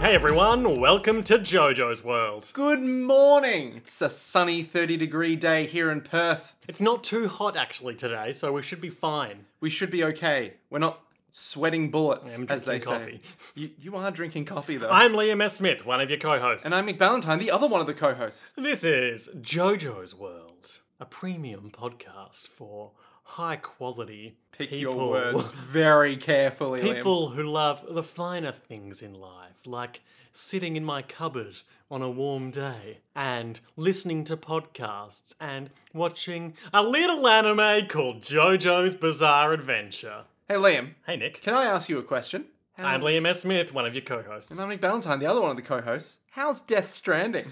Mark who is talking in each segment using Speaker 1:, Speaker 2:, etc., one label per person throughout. Speaker 1: Hey everyone, welcome to JoJo's World.
Speaker 2: Good morning! It's a sunny 30 degree day here in Perth.
Speaker 1: It's not too hot actually today, so we should be fine.
Speaker 2: We should be okay. We're not sweating bullets,
Speaker 1: I'm
Speaker 2: as they
Speaker 1: drinking coffee.
Speaker 2: say. You, you are drinking coffee, though.
Speaker 1: I'm Liam S. Smith, one of your co hosts.
Speaker 2: and I'm Nick Ballantyne, the other one of the co hosts.
Speaker 1: This is JoJo's World, a premium podcast for high quality
Speaker 2: Pick
Speaker 1: people.
Speaker 2: your words very carefully, Liam.
Speaker 1: People who love the finer things in life, like sitting in my cupboard on a warm day and listening to podcasts and watching a little anime called JoJo's Bizarre Adventure.
Speaker 2: Hey, Liam,
Speaker 1: Hey, Nick.
Speaker 2: can I ask you a question?
Speaker 1: I'm Liam S. Smith, one of your co hosts.
Speaker 2: I'm Nick Ballantyne, the other one of the co hosts. How's Death Stranding?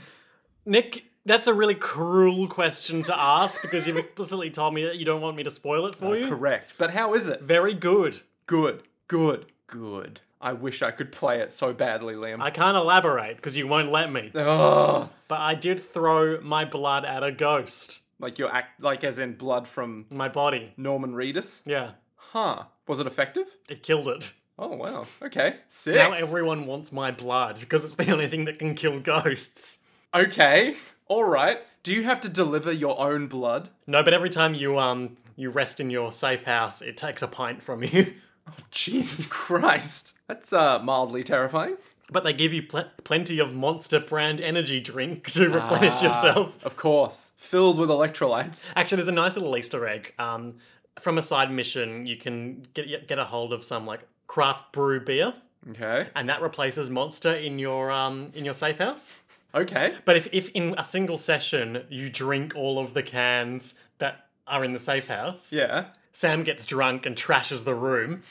Speaker 1: Nick, that's a really cruel question to ask because you've explicitly told me that you don't want me to spoil it for you.
Speaker 2: Correct. But how is it?
Speaker 1: Very good.
Speaker 2: Good, good, good. I wish I could play it so badly, Liam.
Speaker 1: I can't elaborate because you won't let me,
Speaker 2: Ugh.
Speaker 1: but I did throw my blood at a ghost.
Speaker 2: Like your act, like as in blood from
Speaker 1: My body.
Speaker 2: Norman Reedus.
Speaker 1: Yeah,
Speaker 2: Huh. Was it effective?
Speaker 1: it killed it.
Speaker 2: Oh wow. Okay. Sick.
Speaker 1: Now everyone wants my blood because it's the only thing that can kill ghosts.
Speaker 2: okay. All right. Do you have to deliver your own blood?
Speaker 1: No, but every time you um you rest in your safe house, it takes a pint from you.
Speaker 2: Jesus Christ. That's uh mildly terrifying.
Speaker 1: But they give you pl- plenty of Monster brand energy drink to replenish yourself.
Speaker 2: Of course. Filled with electrolytes.
Speaker 1: Actually, there's a nice little Easter egg. Um, from a side mission, you can get get a hold of some like craft brew beer,
Speaker 2: Okay.
Speaker 1: and that replaces Monster in your um in your safe house.
Speaker 2: Okay.
Speaker 1: But if if in a single session you drink all of the cans that are in the safe house,
Speaker 2: Yeah.
Speaker 1: Sam gets drunk and trashes the room,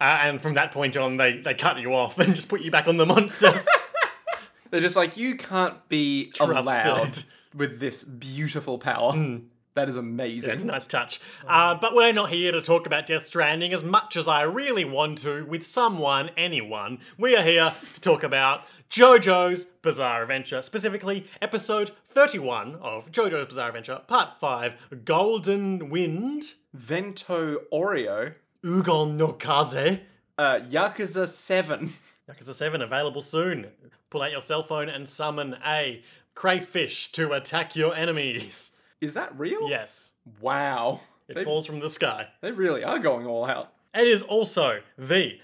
Speaker 1: uh, and from that point on, they they cut you off and just put you back on the Monster.
Speaker 2: They're just like you can't be allowed
Speaker 1: Trusted.
Speaker 2: with this beautiful power. That is amazing.
Speaker 1: It's a nice touch. Uh, but we're not here to talk about Death Stranding as much as I really want to with someone, anyone. We are here to talk about JoJo's Bizarre Adventure, specifically episode 31 of JoJo's Bizarre Adventure, part 5 Golden Wind,
Speaker 2: Vento Oreo.
Speaker 1: Ugon no Kaze.
Speaker 2: Uh, Yakuza 7.
Speaker 1: Yakuza 7 available soon. Pull out your cell phone and summon a crayfish to attack your enemies.
Speaker 2: Is that real?
Speaker 1: Yes,
Speaker 2: Wow.
Speaker 1: it
Speaker 2: They,
Speaker 1: falls from the sky.
Speaker 2: they really are going all out.
Speaker 1: It is also the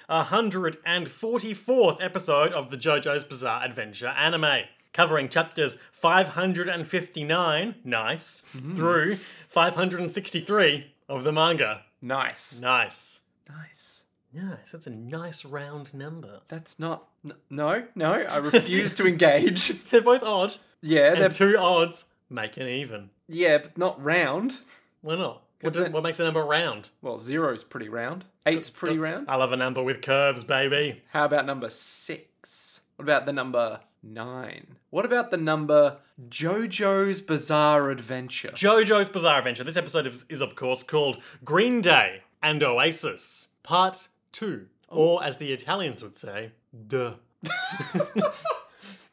Speaker 1: 144th episode of the JoJo's Bizarre Adventure anime, covering chapters 559, nice,
Speaker 2: Mm-hmm.
Speaker 1: through 563 of the manga.
Speaker 2: Nice.
Speaker 1: Nice.
Speaker 2: Nice.
Speaker 1: Nice, that's a nice round number.
Speaker 2: That's not. n- No, no, I refuse to engage.
Speaker 1: They're both odd,
Speaker 2: Yeah, they're,
Speaker 1: and two odds make an even.
Speaker 2: yeah, but not round.
Speaker 1: Why not? What, do-
Speaker 2: that-
Speaker 1: what makes a number round?
Speaker 2: Well, zero's pretty round. Eight's pretty round.
Speaker 1: I love a number with curves, baby.
Speaker 2: uh, How about number six? What about the number nine? What about the number JoJo's Bizarre Adventure?
Speaker 1: JoJo's Bizarre Adventure. This episode is, is, of course, called Green Day and Oasis, Part 2.
Speaker 2: Oh.
Speaker 1: Or, as the Italians would say, duh.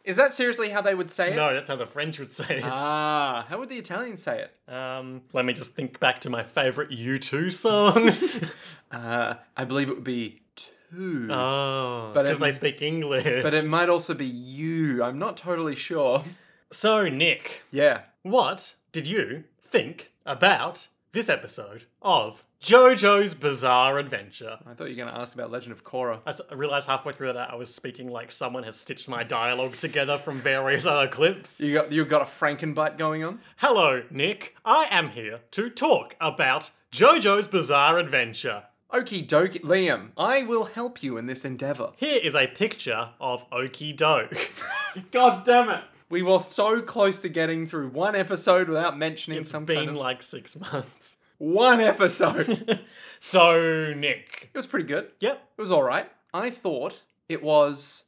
Speaker 2: Is that seriously how they would say it?
Speaker 1: No, that's how the French would say it.
Speaker 2: Ah, how would the Italians say it?
Speaker 1: Um, let me just think back to my favourite U2 song.
Speaker 2: Uh, I believe it would be two.
Speaker 1: oh,
Speaker 2: But
Speaker 1: because
Speaker 2: it-
Speaker 1: they speak English.
Speaker 2: but it might also be you. I'm not totally sure.
Speaker 1: so, Nick,
Speaker 2: Yeah.
Speaker 1: what did you think about this episode of JoJo's Bizarre Adventure?
Speaker 2: I thought you were going to ask about Legend of Korra.
Speaker 1: I s- I realised halfway through that I was speaking like someone has stitched my dialogue together from various other clips.
Speaker 2: You got you got a Frankenbite going on?
Speaker 1: Hello, Nick. I am here to talk about JoJo's Bizarre Adventure.
Speaker 2: Okie dokie, Liam. I will help you in this endeavor.
Speaker 1: Here is a picture of Okie Doke. God damn it.
Speaker 2: We were so close to getting through one episode without mentioning
Speaker 1: It's
Speaker 2: some
Speaker 1: been
Speaker 2: kind of
Speaker 1: like six months.
Speaker 2: one episode. it
Speaker 1: So, Nick.
Speaker 2: was pretty good.
Speaker 1: Yep.
Speaker 2: It was all right. I thought it was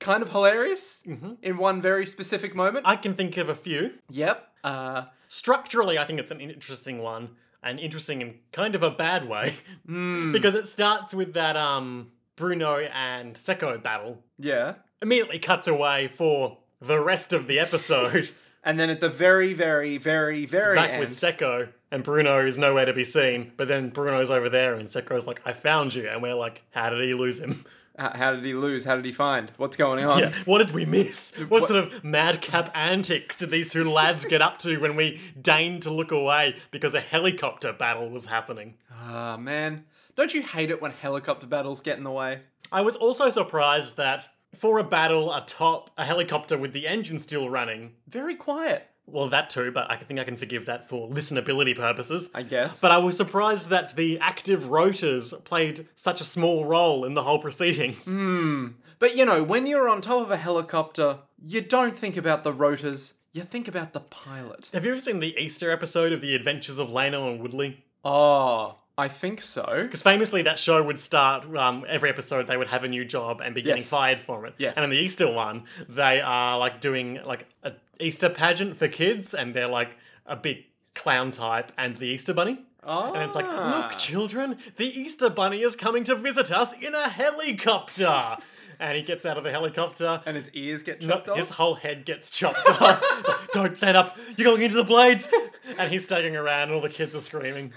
Speaker 2: kind of hilarious in one very specific moment.
Speaker 1: Mm-hmm. I can think of a few.
Speaker 2: yep. Uh,
Speaker 1: Structurally, I think it's an interesting one, and interesting in kind of a bad way, because it starts with that um Bruno and Seko battle
Speaker 2: yeah.
Speaker 1: immediately cuts away for the rest of the episode.
Speaker 2: And then at the very, very, very, very
Speaker 1: Back
Speaker 2: end,
Speaker 1: with Seko, and Bruno is nowhere to be seen. But then Bruno's over there, and Seko's like, I found you. And we're like, how did he lose him?
Speaker 2: H- How did he lose? How did he find? What's going on?
Speaker 1: Yeah, what did we miss? What, sort of madcap antics did these two lads get up to when we deigned to look away because a helicopter battle was happening?
Speaker 2: Ah, man. Don't you hate it when helicopter battles get in the way?
Speaker 1: I was also surprised that for a battle atop a helicopter with the engine still running,
Speaker 2: Very quiet,
Speaker 1: well, that too, but I think I can forgive that for listenability purposes.
Speaker 2: I guess.
Speaker 1: But I was surprised that the active rotors played such a small role in the whole proceedings.
Speaker 2: Mm. But you know, when you're on top of a helicopter, you don't think about the rotors, you think about the pilot.
Speaker 1: Have you ever seen the Easter episode of The Adventures of Lano and Woodley?
Speaker 2: Oh, I think so.
Speaker 1: Because famously, that show would start um, every episode. They would have a new job and be getting
Speaker 2: Yes.
Speaker 1: fired from it.
Speaker 2: Yes.
Speaker 1: And in the Easter one, they are like doing like a Easter pageant for kids, and they're like a big clown type and the Easter bunny.
Speaker 2: Oh.
Speaker 1: And it's like, look, children, the Easter bunny is coming to visit us in a helicopter. and he gets out of the helicopter.
Speaker 2: and his ears get
Speaker 1: No,
Speaker 2: chopped
Speaker 1: his
Speaker 2: off.
Speaker 1: whole head gets chopped off. It's like, Don't stand up. You're going into the blades. and he's staggering around, and all the kids are screaming.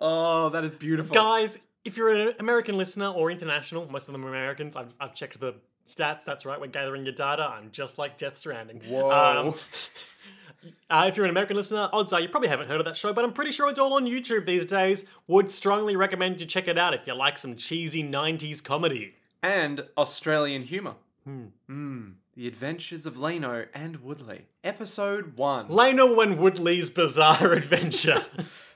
Speaker 2: Oh, that is beautiful.
Speaker 1: Guys, if you're an American listener or international, most of them are Americans. I've, I've checked the stats. That's right. We're gathering your data. I'm just like Death Stranding.
Speaker 2: Whoa.
Speaker 1: Um, uh, if you're an American listener, odds are you probably haven't heard of that show, but I'm pretty sure it's all on YouTube these days. Would strongly recommend you check it out if you like some cheesy 90s comedy.
Speaker 2: and Australian humour. Hmm. The Adventures of Leno and Woodley. Episode 1.
Speaker 1: Leno and Woodley's Bizarre Adventure.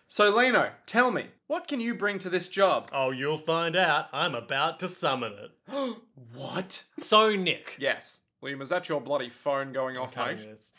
Speaker 2: so, Leno, tell me, what can you bring to this job?
Speaker 1: oh, you'll find out. I'm about to summon it.
Speaker 2: What?
Speaker 1: So, Nick.
Speaker 2: Yes. Liam, is that your bloody phone going off,
Speaker 1: cutting
Speaker 2: mate?
Speaker 1: this.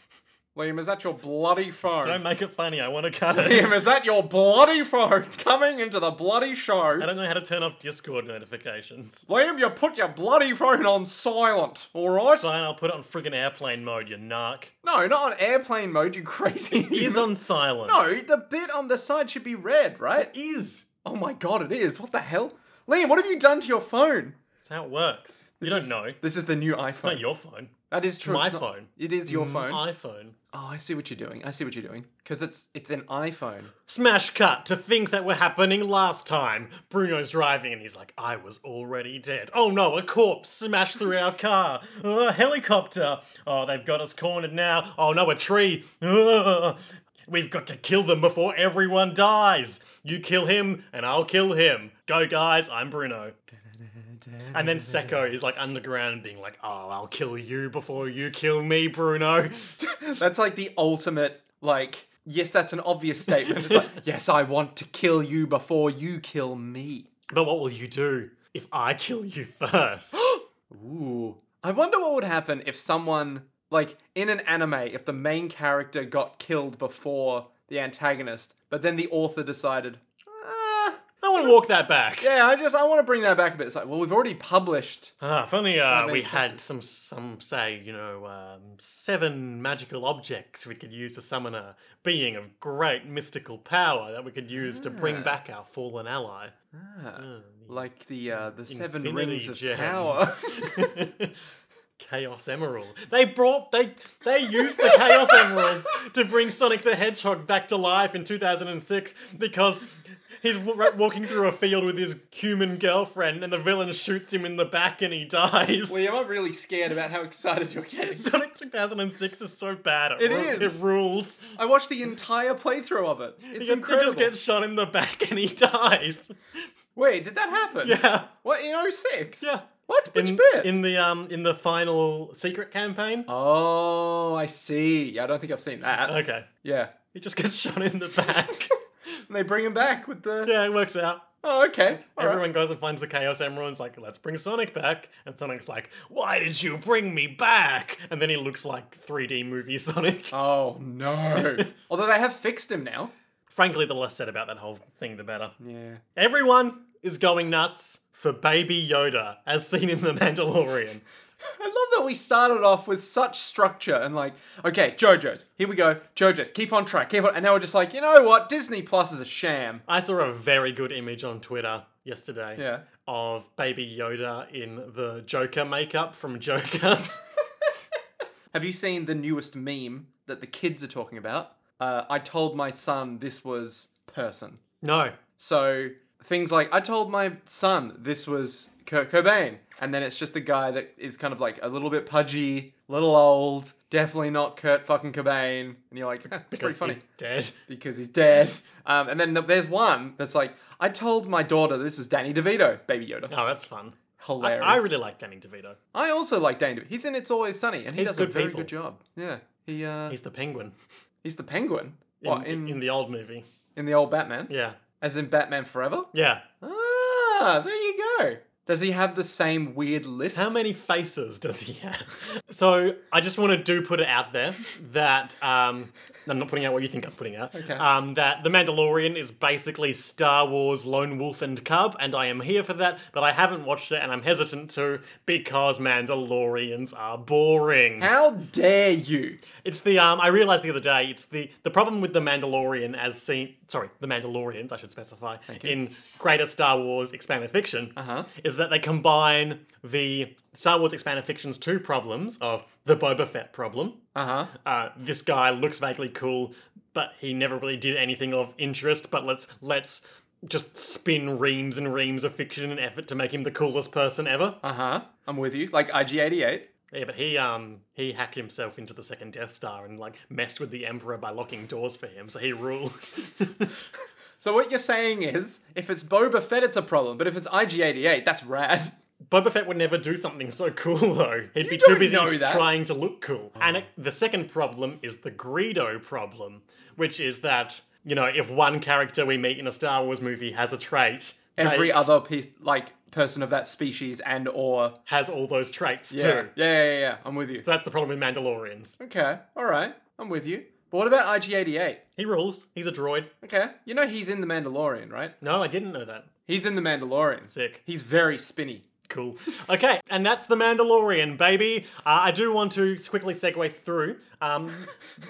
Speaker 2: Liam, is that your bloody phone?
Speaker 1: Don't make it funny. I want to cut it.
Speaker 2: Liam, is that your bloody phone coming into the bloody show?
Speaker 1: I don't know how to turn off Discord notifications.
Speaker 2: Liam, you put your bloody phone on silent, alright?
Speaker 1: Fine, I'll put it on friggin' airplane mode, you narc.
Speaker 2: No, not on airplane mode, you crazy.
Speaker 1: Is
Speaker 2: human.
Speaker 1: on silent.
Speaker 2: No, the bit on the side should be red, right?
Speaker 1: is.
Speaker 2: Oh my god, it is. What the hell? Liam, what have you done to your phone?
Speaker 1: That's how it works.
Speaker 2: This
Speaker 1: you don't
Speaker 2: is-
Speaker 1: know.
Speaker 2: This is the new
Speaker 1: Not
Speaker 2: iPhone.
Speaker 1: your phone.
Speaker 2: that is true.
Speaker 1: my
Speaker 2: it's not-
Speaker 1: phone. Mm,
Speaker 2: It is your phone.
Speaker 1: iPhone.
Speaker 2: oh, I see what you're doing. I see what you're doing. Because it's it's an iPhone.
Speaker 1: Smash cut to things that were happening last time. Bruno's driving and he's like, I was already dead. Oh no, a corpse smashed through our car. Oh, a helicopter. Oh, they've got us cornered now. Oh no, a tree. Oh, we've got to kill them before everyone dies. You kill him and I'll kill him. Go, guys, I'm Bruno. And then Seko is like underground being like, Oh, I'll kill you before you kill me, Bruno.
Speaker 2: That's like the ultimate, like, yes, that's an obvious statement. It's like, yes, I want to kill you before you kill me.
Speaker 1: But what will you do if I kill you first?
Speaker 2: Ooh. I wonder what would happen if someone, like, in an anime, if the main character got killed before the antagonist, but then the author decided, ah,
Speaker 1: I want to walk that back.
Speaker 2: yeah, I just, I want to bring that back a bit. It's like, well, we've already published.
Speaker 1: Ah, if only uh, we
Speaker 2: makes
Speaker 1: had some, some say, you know, um, seven magical objects we could use to summon a being of great mystical power that we could use to bring back our fallen ally.
Speaker 2: Ah, like the uh, the seven
Speaker 1: Infinity
Speaker 2: rings of
Speaker 1: gems.
Speaker 2: power.
Speaker 1: Chaos Emerald. They brought they they used the Chaos Emeralds to bring Sonic the Hedgehog back to life in 2006 because he's w- ra- walking through a field with his human girlfriend and the villain shoots him in the back and he dies.
Speaker 2: Liam, I'm really scared about how excited you're getting.
Speaker 1: Sonic 2006 is so bad. It,
Speaker 2: It
Speaker 1: ru-
Speaker 2: is.
Speaker 1: It rules.
Speaker 2: I watched the entire playthrough of it. It's
Speaker 1: He
Speaker 2: incredible.
Speaker 1: just gets shot in the back and he dies.
Speaker 2: Wait, did that happen?
Speaker 1: Yeah.
Speaker 2: What in 06?
Speaker 1: Yeah.
Speaker 2: What? Which
Speaker 1: in,
Speaker 2: bit?
Speaker 1: In the um in the final secret campaign.
Speaker 2: oh, I see. Yeah, I don't think I've seen that.
Speaker 1: Okay.
Speaker 2: Yeah.
Speaker 1: He just gets shot in the back.
Speaker 2: And they bring him back with the.
Speaker 1: yeah, it works out.
Speaker 2: Oh, okay. All right.
Speaker 1: Everyone goes and finds the Chaos Emerald's like, let's bring Sonic back. And Sonic's like, why did you bring me back? And then he looks like 3D movie Sonic.
Speaker 2: Oh no. Although they have fixed him now.
Speaker 1: Frankly, the less said about that whole thing, the better.
Speaker 2: Yeah.
Speaker 1: Everyone is going nuts for Baby Yoda, as seen in The Mandalorian.
Speaker 2: I love that we started off with such structure and like, okay, JoJo's, here we go, JoJo's, keep on track, keep on, and now we're just like, you know what, Disney Plus is a sham.
Speaker 1: I saw a very good image on Twitter yesterday
Speaker 2: Yeah.
Speaker 1: of Baby Yoda in the Joker makeup from Joker.
Speaker 2: Have you seen the newest meme that the kids are talking about? Uh, I told my son this was person.
Speaker 1: no.
Speaker 2: So things like I told my son this was Kurt Cobain, and then it's just a guy that is kind of like a little bit pudgy, little old, definitely not Kurt fucking Cobain, and you're like, it's pretty
Speaker 1: Because
Speaker 2: funny
Speaker 1: he's dead.
Speaker 2: because he's dead. Um, and then th- there's one that's like, I told my daughter this is Danny DeVito, Baby Yoda.
Speaker 1: Oh, that's fun. I,
Speaker 2: Hilarious. I,
Speaker 1: I really like Danny DeVito.
Speaker 2: also like Danny DeVito. He's in It's Always Sunny, and he
Speaker 1: He's
Speaker 2: does a
Speaker 1: good
Speaker 2: very
Speaker 1: people.
Speaker 2: good job. Yeah, he uh, he's,
Speaker 1: He's the penguin
Speaker 2: the Penguin.
Speaker 1: in,
Speaker 2: what in,
Speaker 1: in, the old movie.
Speaker 2: in the old Batman?
Speaker 1: Yeah.
Speaker 2: As in Batman Forever?
Speaker 1: Yeah.
Speaker 2: Ah, there you go. Does he have the same weird list?
Speaker 1: How many faces does he have? So I just want to do put it out there that um, I'm not putting out what you think I'm putting out.
Speaker 2: Okay.
Speaker 1: Um, that The Mandalorian is basically Star Wars Lone Wolf and Cub, and I am here for that. But I haven't watched it, and I'm hesitant to because Mandalorians are boring.
Speaker 2: How dare you?
Speaker 1: It's the um. I realized the other day. It's the the problem with the Mandalorian as seen. Sorry, the Mandalorians. I should specify in greater Star Wars expanded fiction. Uh-huh. Is that they combine the Star Wars expanded fiction's two problems of the Boba Fett problem.
Speaker 2: Uh huh.
Speaker 1: Uh, this guy looks vaguely cool, but he never really did anything of interest. But let's let's just spin reams and reams of fiction and effort to make him the coolest person ever.
Speaker 2: Uh huh. I'm with you. Like IG88.
Speaker 1: Yeah, but he um he hacked himself into the second Death Star and like messed with the Emperor by locking doors for him, so he rules.
Speaker 2: So what you're saying is, if it's Boba Fett, it's a problem. But if it's IG88, that's rad.
Speaker 1: Boba Fett would never do something so cool though. He'd be
Speaker 2: don't
Speaker 1: too busy
Speaker 2: know that. Oh.
Speaker 1: trying to look cool. And it, the second problem is the Greedo problem, which is that you know if one character we meet in a Star Wars movie has a trait, they
Speaker 2: Every
Speaker 1: ex-
Speaker 2: other piece, like person of that species and or
Speaker 1: has all those traits
Speaker 2: yeah.
Speaker 1: too.
Speaker 2: yeah, yeah, yeah. I'm with you.
Speaker 1: So that's the problem with Mandalorians.
Speaker 2: Okay, all right, I'm with you. But what about IG88?
Speaker 1: He rules. He's a droid.
Speaker 2: Okay, you know he's in the Mandalorian, right?
Speaker 1: No, I didn't know that.
Speaker 2: He's in the Mandalorian.
Speaker 1: Sick.
Speaker 2: He's very spinny.
Speaker 1: Cool. Okay, and that's the Mandalorian, baby. Uh, I do want to quickly segue through. Um,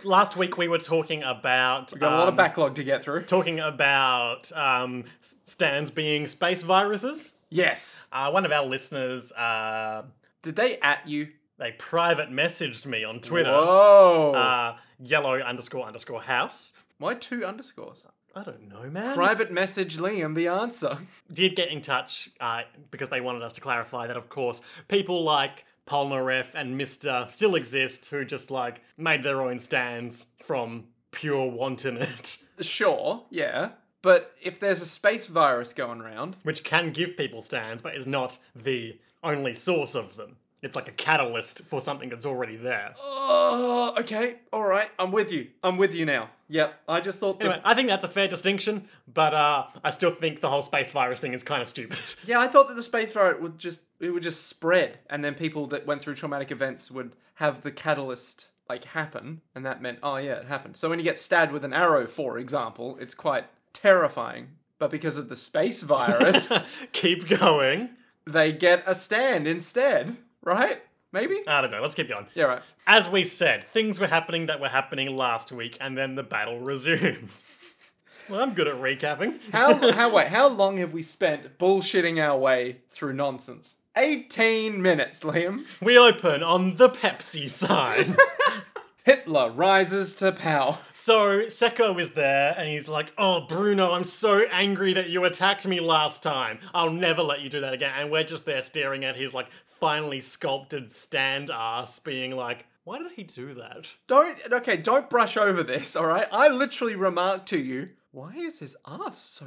Speaker 1: last week we were talking about
Speaker 2: Got a lot of
Speaker 1: um,
Speaker 2: backlog to get through.
Speaker 1: talking about um, s- stands being space viruses.
Speaker 2: yes.
Speaker 1: Uh, one of our listeners uh,
Speaker 2: Did they at you?
Speaker 1: they private messaged me on Twitter,
Speaker 2: Whoa.
Speaker 1: Um, uh, yellow underscore underscore house.
Speaker 2: Why two underscores?
Speaker 1: I don't know, man.
Speaker 2: Private message Liam the answer.
Speaker 1: did get in touch uh, because they wanted us to clarify that, of course, people like Polnareff and Mister still exist who just like made their own stands from pure want in it,
Speaker 2: Sure, yeah. But if there's a space virus going around,
Speaker 1: which can give people stands but is not the only source of them. It's like a catalyst for something that's already there.
Speaker 2: oh, okay, all right, I'm with you. I'm with you now. Yep, I just thought.
Speaker 1: Anyway, I think that's a fair distinction, but uh, I still think the whole space virus thing is kind of stupid.
Speaker 2: The, yeah, I thought that the space virus would just it would just spread, and then people that went through traumatic events would have the catalyst like happen, and that meant oh yeah, it happened. So when you get stabbed with an arrow, for example, it's quite terrifying. But because of the space virus,
Speaker 1: keep going.
Speaker 2: they get a stand instead, right? Maybe.
Speaker 1: I don't know. Let's keep going.
Speaker 2: yeah, right.
Speaker 1: As we said, things were happening that were happening last week, and then the battle resumed. well, I'm good at recapping.
Speaker 2: How, how wait, how long have we spent bullshitting our way through nonsense? 18 minutes, Liam.
Speaker 1: We open on the Pepsi sign.
Speaker 2: Hitler rises to power.
Speaker 1: so Seko is there, and he's like, "Oh, Bruno, I'm so angry that you attacked me last time. I'll never let you do that again." And we're just there staring at his like finely sculpted stand ass, being like, "Why did he do that?"
Speaker 2: Don't okay, don't brush over this, all right? I literally remarked to you, why is his ass so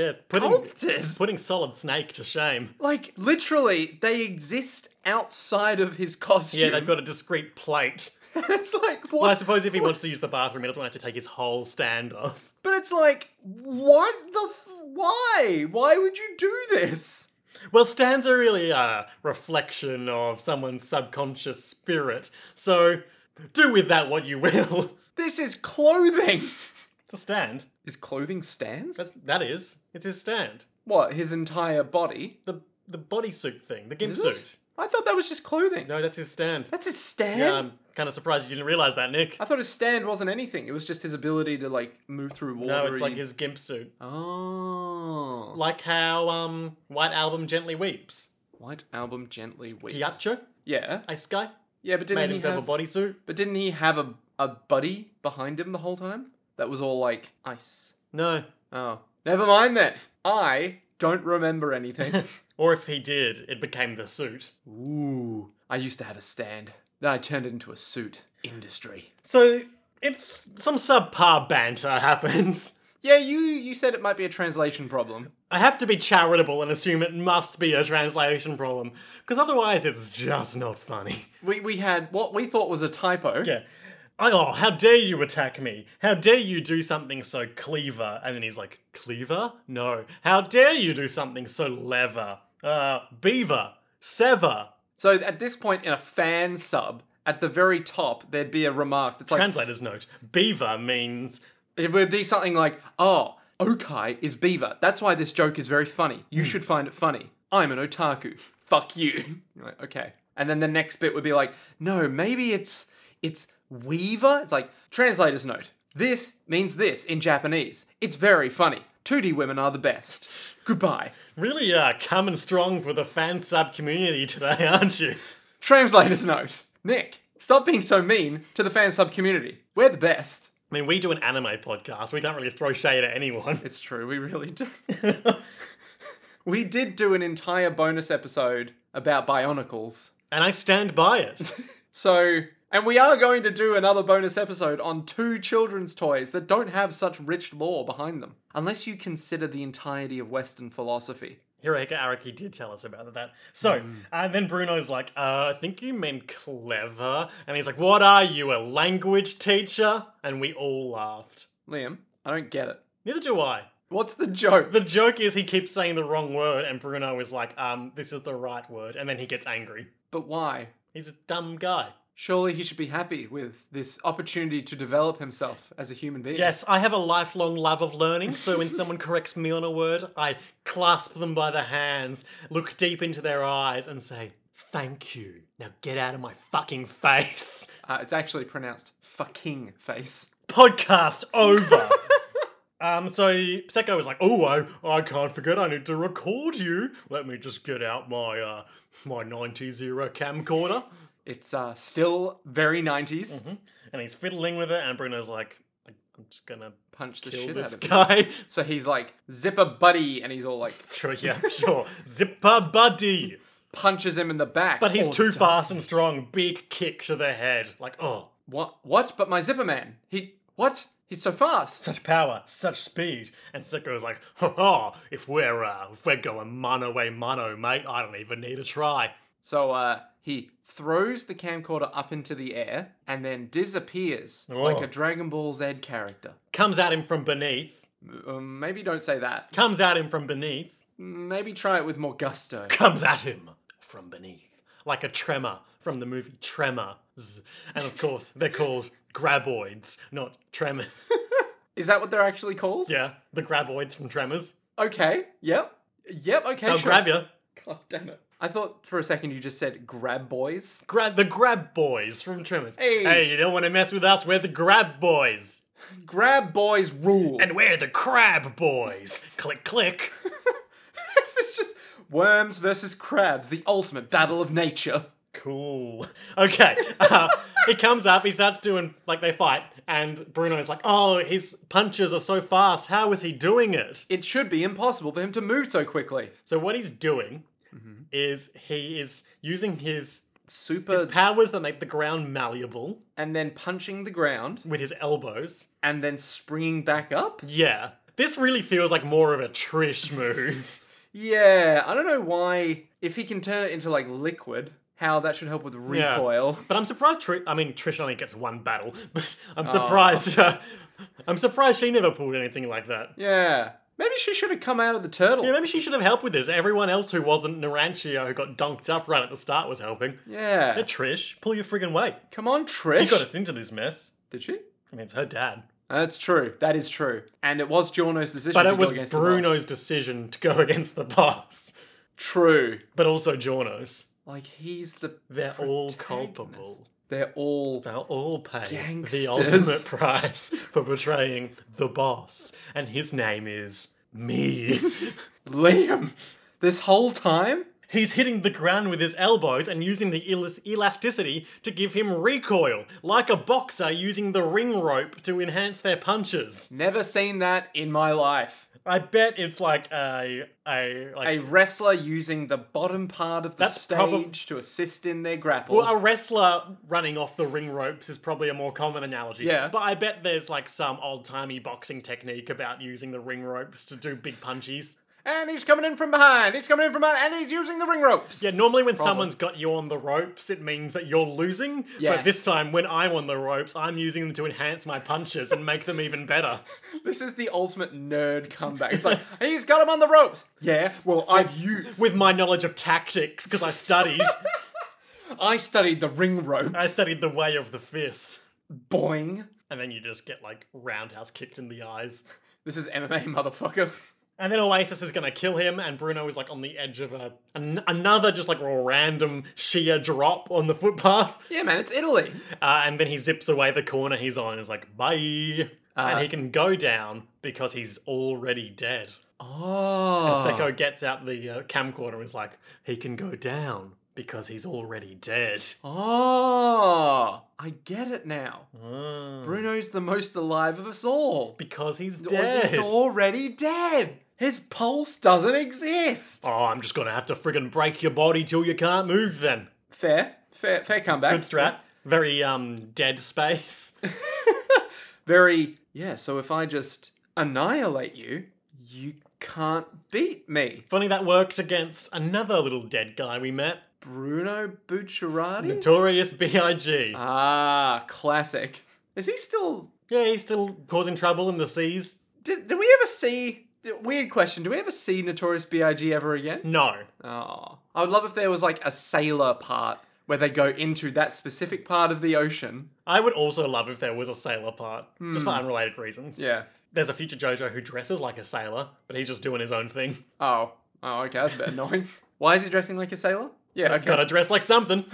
Speaker 1: Yeah, putting
Speaker 2: sculpted?
Speaker 1: putting Solid Snake to shame.
Speaker 2: Like literally, they exist outside of his costume.
Speaker 1: Yeah, they've got a discreet plate.
Speaker 2: it's like what?
Speaker 1: Well, I suppose if he wants to use the bathroom, he doesn't want to have to take his whole stand off.
Speaker 2: but it's like what the f- why? Why would you do this?
Speaker 1: Well, stands are really a reflection of someone's subconscious spirit, so do with that what you will.
Speaker 2: This is clothing.
Speaker 1: It's a stand.
Speaker 2: Is clothing stands?
Speaker 1: That is, it's his stand.
Speaker 2: What, his entire body?
Speaker 1: The the bodysuit thing, the gimp
Speaker 2: Is it?
Speaker 1: suit.
Speaker 2: I thought that was just clothing.
Speaker 1: No, that's his stand.
Speaker 2: That's his stand?
Speaker 1: Yeah, um, I'm kind of surprised you didn't realize that, Nick.
Speaker 2: I thought his stand wasn't anything. It was just his ability to, like, move through water.
Speaker 1: No, it's like his gimp suit.
Speaker 2: Oh.
Speaker 1: Like how um White Album gently weeps.
Speaker 2: White album gently weeps.
Speaker 1: Giacho,
Speaker 2: Yeah.
Speaker 1: Ice Guy,
Speaker 2: Yeah, but
Speaker 1: made
Speaker 2: didn't he
Speaker 1: himself
Speaker 2: have...
Speaker 1: a bodysuit.
Speaker 2: But didn't he have a, a buddy behind him the whole time? That was all, like, ice.
Speaker 1: No,
Speaker 2: Oh. Never mind then. I don't remember anything.
Speaker 1: Or if he did, it became the suit.
Speaker 2: Ooh. I used to have a stand. Then I turned it into a suit. Industry.
Speaker 1: So it's some subpar banter happens.
Speaker 2: Yeah, you you said it might be a translation problem.
Speaker 1: I have to be charitable and assume it must be a translation problem, because otherwise it's just not funny.
Speaker 2: We we had what we thought was a typo.
Speaker 1: Yeah. I, oh, how dare you attack me? How dare you do something so cleaver? And then he's like, cleaver? No. How dare you do something so lever? Uh, beaver. Sever.
Speaker 2: So at this point in a fan sub, at the very top there'd be a remark that's like
Speaker 1: Translator's note. Beaver means
Speaker 2: it would be something like, "Oh, okai is beaver. That's why this joke is very funny. You should find it funny. I'm an otaku. Fuck you." You're like, okay. And then the next bit would be like, "No, maybe it's it's weaver." It's like translator's note. This means this in Japanese. It's very funny. 2D women are the best. Goodbye.
Speaker 1: really uh, coming strong for the fan sub community today, aren't you?
Speaker 2: Translator's note. Nick, stop being so mean to the fan sub community. We're the best.
Speaker 1: I mean, we do an anime podcast. We can't really throw shade at anyone.
Speaker 2: It's true, we really do. we did do an entire bonus episode about Bionicles.
Speaker 1: And I stand by it.
Speaker 2: So, and we are going to do another bonus episode on two children's toys that don't have such rich lore behind them. Unless you consider the entirety of Western philosophy.
Speaker 1: Hirohiko Araki did tell us about that. So, and then Bruno's like, uh, I think you mean clever. And he's like, What are you, a language teacher? And we all laughed.
Speaker 2: Liam, I don't get it.
Speaker 1: Neither do I.
Speaker 2: What's the joke?
Speaker 1: The joke is he keeps saying the wrong word, and Bruno is like, um, this is the right word. And then he gets angry.
Speaker 2: But why?
Speaker 1: He's a dumb guy.
Speaker 2: Surely he should be happy with this opportunity to develop himself as a human being.
Speaker 1: Yes, I have a lifelong love of learning, so when someone corrects me on a word, I clasp them by the hands, look deep into their eyes, and say, Thank you. Now get out of my fucking face.
Speaker 2: Uh, it's actually pronounced fucking face.
Speaker 1: Podcast over. um, so Seko was like, Oh, I, I can't forget, I need to record you. Let me just get out my uh, my 90 camcorder.
Speaker 2: It's uh, still very 90s.
Speaker 1: And he's fiddling with it, and Bruno's like, I'm just gonna
Speaker 2: Punch the
Speaker 1: kill
Speaker 2: shit
Speaker 1: this
Speaker 2: out of him.
Speaker 1: guy.
Speaker 2: So he's like, zipper buddy, and he's all like,
Speaker 1: sure, yeah, sure. Zipper buddy.
Speaker 2: punches him in the back.
Speaker 1: But he's
Speaker 2: All
Speaker 1: too
Speaker 2: does-
Speaker 1: fast and strong. Big kick to the head. Like, oh,
Speaker 2: What? What? But my zipper man. He. What? He's so fast.
Speaker 1: such power, such speed. And Sicko's like, ha ha, if we're, uh, if we're going mono a mono, mate, I don't even need a try.
Speaker 2: So uh, he throws the camcorder up into the air and then disappears like a Dragon Ball Z character.
Speaker 1: Comes at him from beneath.
Speaker 2: Um, maybe don't say that.
Speaker 1: Comes at him from beneath.
Speaker 2: Maybe try it with more gusto.
Speaker 1: Comes at him from beneath. Like a tremor from the movie Tremors. And of course, they're called graboids, not tremors.
Speaker 2: Is that what they're actually called?
Speaker 1: yeah, the graboids from Tremors.
Speaker 2: Okay. Yep. Yep. Okay.
Speaker 1: They'll
Speaker 2: sure.
Speaker 1: grab you.
Speaker 2: God damn it. I thought for a second you just said grab boys.
Speaker 1: Grab the Grab Boys from Tremors.
Speaker 2: Hey.
Speaker 1: you don't want to mess with us. We're the Grab Boys,
Speaker 2: Grab boys rule.
Speaker 1: and we're the Crab Boys. click, click.
Speaker 2: this is just worms versus crabs, the ultimate battle of nature.
Speaker 1: Cool. Okay. Uh, he comes up. He starts doing like they fight, and Bruno is like, "Oh, his punches are so fast. How is he doing it?"
Speaker 2: It should be impossible for him to move so quickly.
Speaker 1: So what he's doing is he is using his
Speaker 2: Super
Speaker 1: powers that make the ground malleable
Speaker 2: and then punching the ground
Speaker 1: with his elbows.
Speaker 2: and then springing back up?
Speaker 1: Yeah. This really feels like more of a Trish move.
Speaker 2: Yeah, I don't know why if he can turn it into like liquid, how that should help with recoil.
Speaker 1: But I'm surprised. Tri- I mean, Trish only gets one battle, but I'm surprised. Uh, I'm surprised she never pulled anything like that.
Speaker 2: Yeah. Maybe she should have come out of the turtle.
Speaker 1: Yeah,
Speaker 2: Yeah.
Speaker 1: maybe she should have helped with this. Everyone else who wasn't Naranchio, who got dunked up right at the start, was helping. Yeah, Trish, pull your friggin' weight.
Speaker 2: Come on,
Speaker 1: You
Speaker 2: Trish.
Speaker 1: got us into this mess.
Speaker 2: Did she?
Speaker 1: I mean, it's her dad,
Speaker 2: That's true. That is true. And it was Giorno's decision.
Speaker 1: but
Speaker 2: to
Speaker 1: it
Speaker 2: go
Speaker 1: was
Speaker 2: against the boss.
Speaker 1: Bruno's decision to go against the boss,
Speaker 2: True.
Speaker 1: but also Giorno's.
Speaker 2: Like he's the
Speaker 1: They're all
Speaker 2: protagonist.
Speaker 1: culpable.
Speaker 2: They're all
Speaker 1: They'll all pay
Speaker 2: Gangsters.
Speaker 1: the ultimate price for betraying the boss, and his name is me.
Speaker 2: Liam. This whole time,
Speaker 1: he's hitting the ground with his elbows and using the elas- elasticity to give him recoil, like a boxer using the ring rope to enhance their punches.
Speaker 2: Never seen that in my life.
Speaker 1: I bet it's like a a like
Speaker 2: A wrestler using the bottom part of the
Speaker 1: That's
Speaker 2: stage
Speaker 1: probab-
Speaker 2: to assist in their grapples.
Speaker 1: Well, a wrestler running off the ring ropes is probably a more common analogy.
Speaker 2: Yeah.
Speaker 1: But I bet there's like some old timey boxing technique about using the ring ropes to do big punchies.
Speaker 2: and he's coming in from behind. He's coming in from behind, and he's using the ring ropes.
Speaker 1: Yeah, normally when someone's got you on the ropes, it means that you're losing. But
Speaker 2: Yes.
Speaker 1: this time, when I'm on the ropes, I'm using them to enhance my punches and make them even better.
Speaker 2: This is the ultimate nerd comeback. It's like he's got him on the ropes. Yeah. Well, I'd use.
Speaker 1: With my knowledge of tactics, because I studied,
Speaker 2: I studied the ring ropes.
Speaker 1: I studied the way of the fist.
Speaker 2: Boing.
Speaker 1: And then you just get like roundhouse kicked in the eyes.
Speaker 2: This is MMA, motherfucker.
Speaker 1: And then Oasis is going to kill him, and Bruno is like on the edge of a an, another just like random sheer drop on the footpath.
Speaker 2: Yeah, man, it's Italy.
Speaker 1: Uh, and then he zips away the corner he's on and is like, bye. and he can go down because he's already dead.
Speaker 2: Oh.
Speaker 1: Seko gets out the uh, camcorder and is like, he can go down because he's already dead.
Speaker 2: Oh. I get it now.
Speaker 1: Ah.
Speaker 2: Bruno's the most alive of us all.
Speaker 1: Because he's
Speaker 2: He's
Speaker 1: dead.
Speaker 2: already dead. His pulse doesn't exist.
Speaker 1: Oh, I'm just going to have to friggin' break your body till you can't move then.
Speaker 2: Fair, fair, fair comeback.
Speaker 1: Good strat. Very um dead space.
Speaker 2: Very, yeah. So if I just annihilate you, you can't beat me.
Speaker 1: Funny that worked against another little dead guy we met,
Speaker 2: Bruno Bucciarati.
Speaker 1: Notorious B.I.G.
Speaker 2: Ah, classic. Is he still?
Speaker 1: yeah, he's still causing trouble in the seas.
Speaker 2: Did, did we ever see? Weird question. Do we ever see Notorious B.I.G. ever again?
Speaker 1: No.
Speaker 2: Oh, I would love if there was like a sailor part where they go into that specific part of the ocean.
Speaker 1: I would also love if there was a sailor part, just for unrelated reasons.
Speaker 2: Hmm. Yeah.
Speaker 1: There's a future JoJo who dresses like a sailor, but he's just doing his own thing.
Speaker 2: Oh. Oh, okay, that's a bit annoying. Why is he dressing like a sailor? Yeah, okay.
Speaker 1: Gotta dress like something.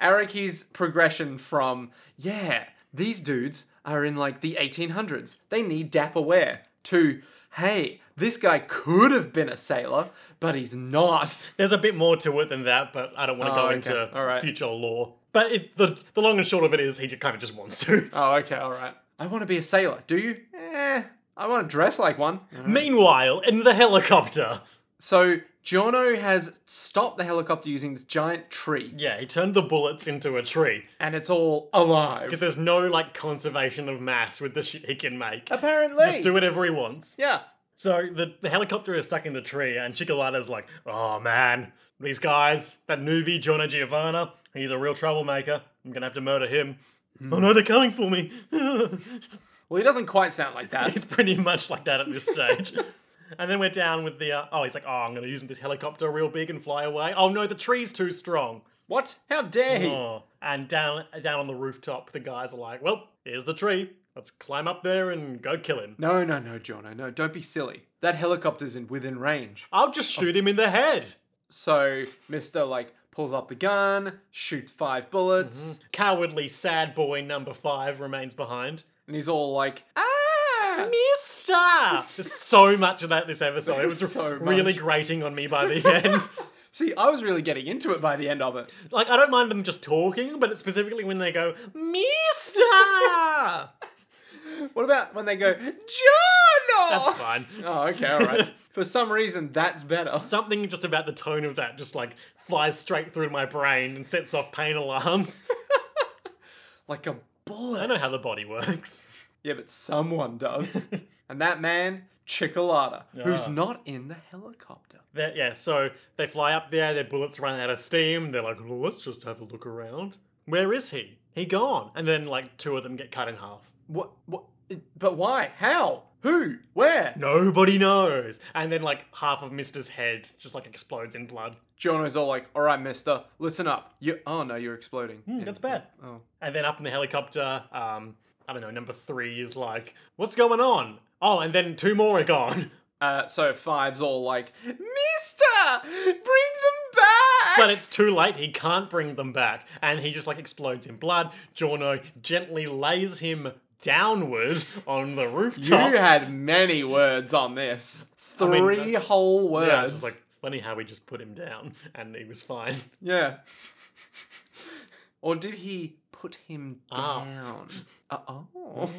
Speaker 2: Araki's progression from, yeah, these dudes are in like the 1800s. They need dapper wear. To, hey, this guy could have been a sailor, but he's not.
Speaker 1: There's a bit more to it than that, but I don't want to
Speaker 2: Oh,
Speaker 1: go
Speaker 2: okay.
Speaker 1: into
Speaker 2: All right.
Speaker 1: future lore. But it, the the long and short of it is, he kind of just wants to.
Speaker 2: Oh, okay, all right. I want to be a sailor. Do you? Eh, I want to dress like one.
Speaker 1: Meanwhile, in the helicopter,
Speaker 2: So, Giorno has stopped the helicopter using this giant tree,
Speaker 1: yeah, he turned the bullets into a tree.
Speaker 2: and it's all alive.
Speaker 1: Because there's no like conservation of mass with the shit he can make.
Speaker 2: Apparently.
Speaker 1: Just do whatever he wants.
Speaker 2: Yeah.
Speaker 1: So the, the helicopter is stuck in the tree, and Chicolata's like, oh man, these guys, that newbie Giorno Giovanna, he's a real troublemaker. I'm gonna have to murder him. Oh no, they're coming for me.
Speaker 2: Well, he doesn't quite sound like that.
Speaker 1: it's pretty much like that at this stage. and then we're down with the, uh, oh, he's like, oh, I'm gonna use this helicopter real big and fly away. Oh no, the tree's too strong.
Speaker 2: What? How dare he?
Speaker 1: Oh, and down down on the rooftop, the guys are like, "Well, here's the tree. Let's climb up there and go kill him.
Speaker 2: No, no, no, Jono, no, don't be silly. That helicopter's in within range.
Speaker 1: I'll just shoot him in the head."
Speaker 2: So Mr. like pulls up the gun, shoots five bullets,
Speaker 1: Mm-hmm. Cowardly sad boy number five remains behind.
Speaker 2: and he's all like, ah!
Speaker 1: Mister, there's so much of that this episode. It was
Speaker 2: There's so
Speaker 1: really
Speaker 2: much.
Speaker 1: grating on me by the end.
Speaker 2: See, I was really getting into it by the end of it.
Speaker 1: like I don't mind them just talking, but it's specifically when they go Mister.
Speaker 2: What about when they go, Jono?
Speaker 1: That's fine.
Speaker 2: Oh, okay, all right. For some reason, that's better.
Speaker 1: Something just about the tone of that just like flies straight through my brain and sets off pain alarms.
Speaker 2: Like a bullet.
Speaker 1: I know how the body works.
Speaker 2: Yeah, but someone does. and that man, Chicolata, who's
Speaker 1: Ah.
Speaker 2: not in the helicopter.
Speaker 1: They're- yeah, so they fly up there, their bullets run out of steam, they're like, well, let's just have a look around. Where is he? He gone. And then like two of them get cut in half.
Speaker 2: What? What? But why? How? Who? Where?
Speaker 1: Nobody knows. And then like half of Mister's head just like explodes in blood.
Speaker 2: Jono's all like, "All right, Mister, listen up. You, oh no, you're exploding. Yeah.
Speaker 1: Hmm, That's bad.
Speaker 2: Oh,
Speaker 1: And then up in the helicopter, um, I don't know, number three is like, what's going on? Oh, and then two more are gone.
Speaker 2: uh, so Five's all like, Mister, bring them back.
Speaker 1: But it's too late, he can't bring them back. And he just like explodes in blood. Giorno gently lays him downward on the
Speaker 2: you
Speaker 1: rooftop.
Speaker 2: had many words on this.
Speaker 1: mean, uh,
Speaker 2: Three whole
Speaker 1: Yeah, it's just
Speaker 2: words.
Speaker 1: like Funny how we just put him down and he was fine.
Speaker 2: Yeah. or did he put him
Speaker 1: Ah.
Speaker 2: down? Uh oh.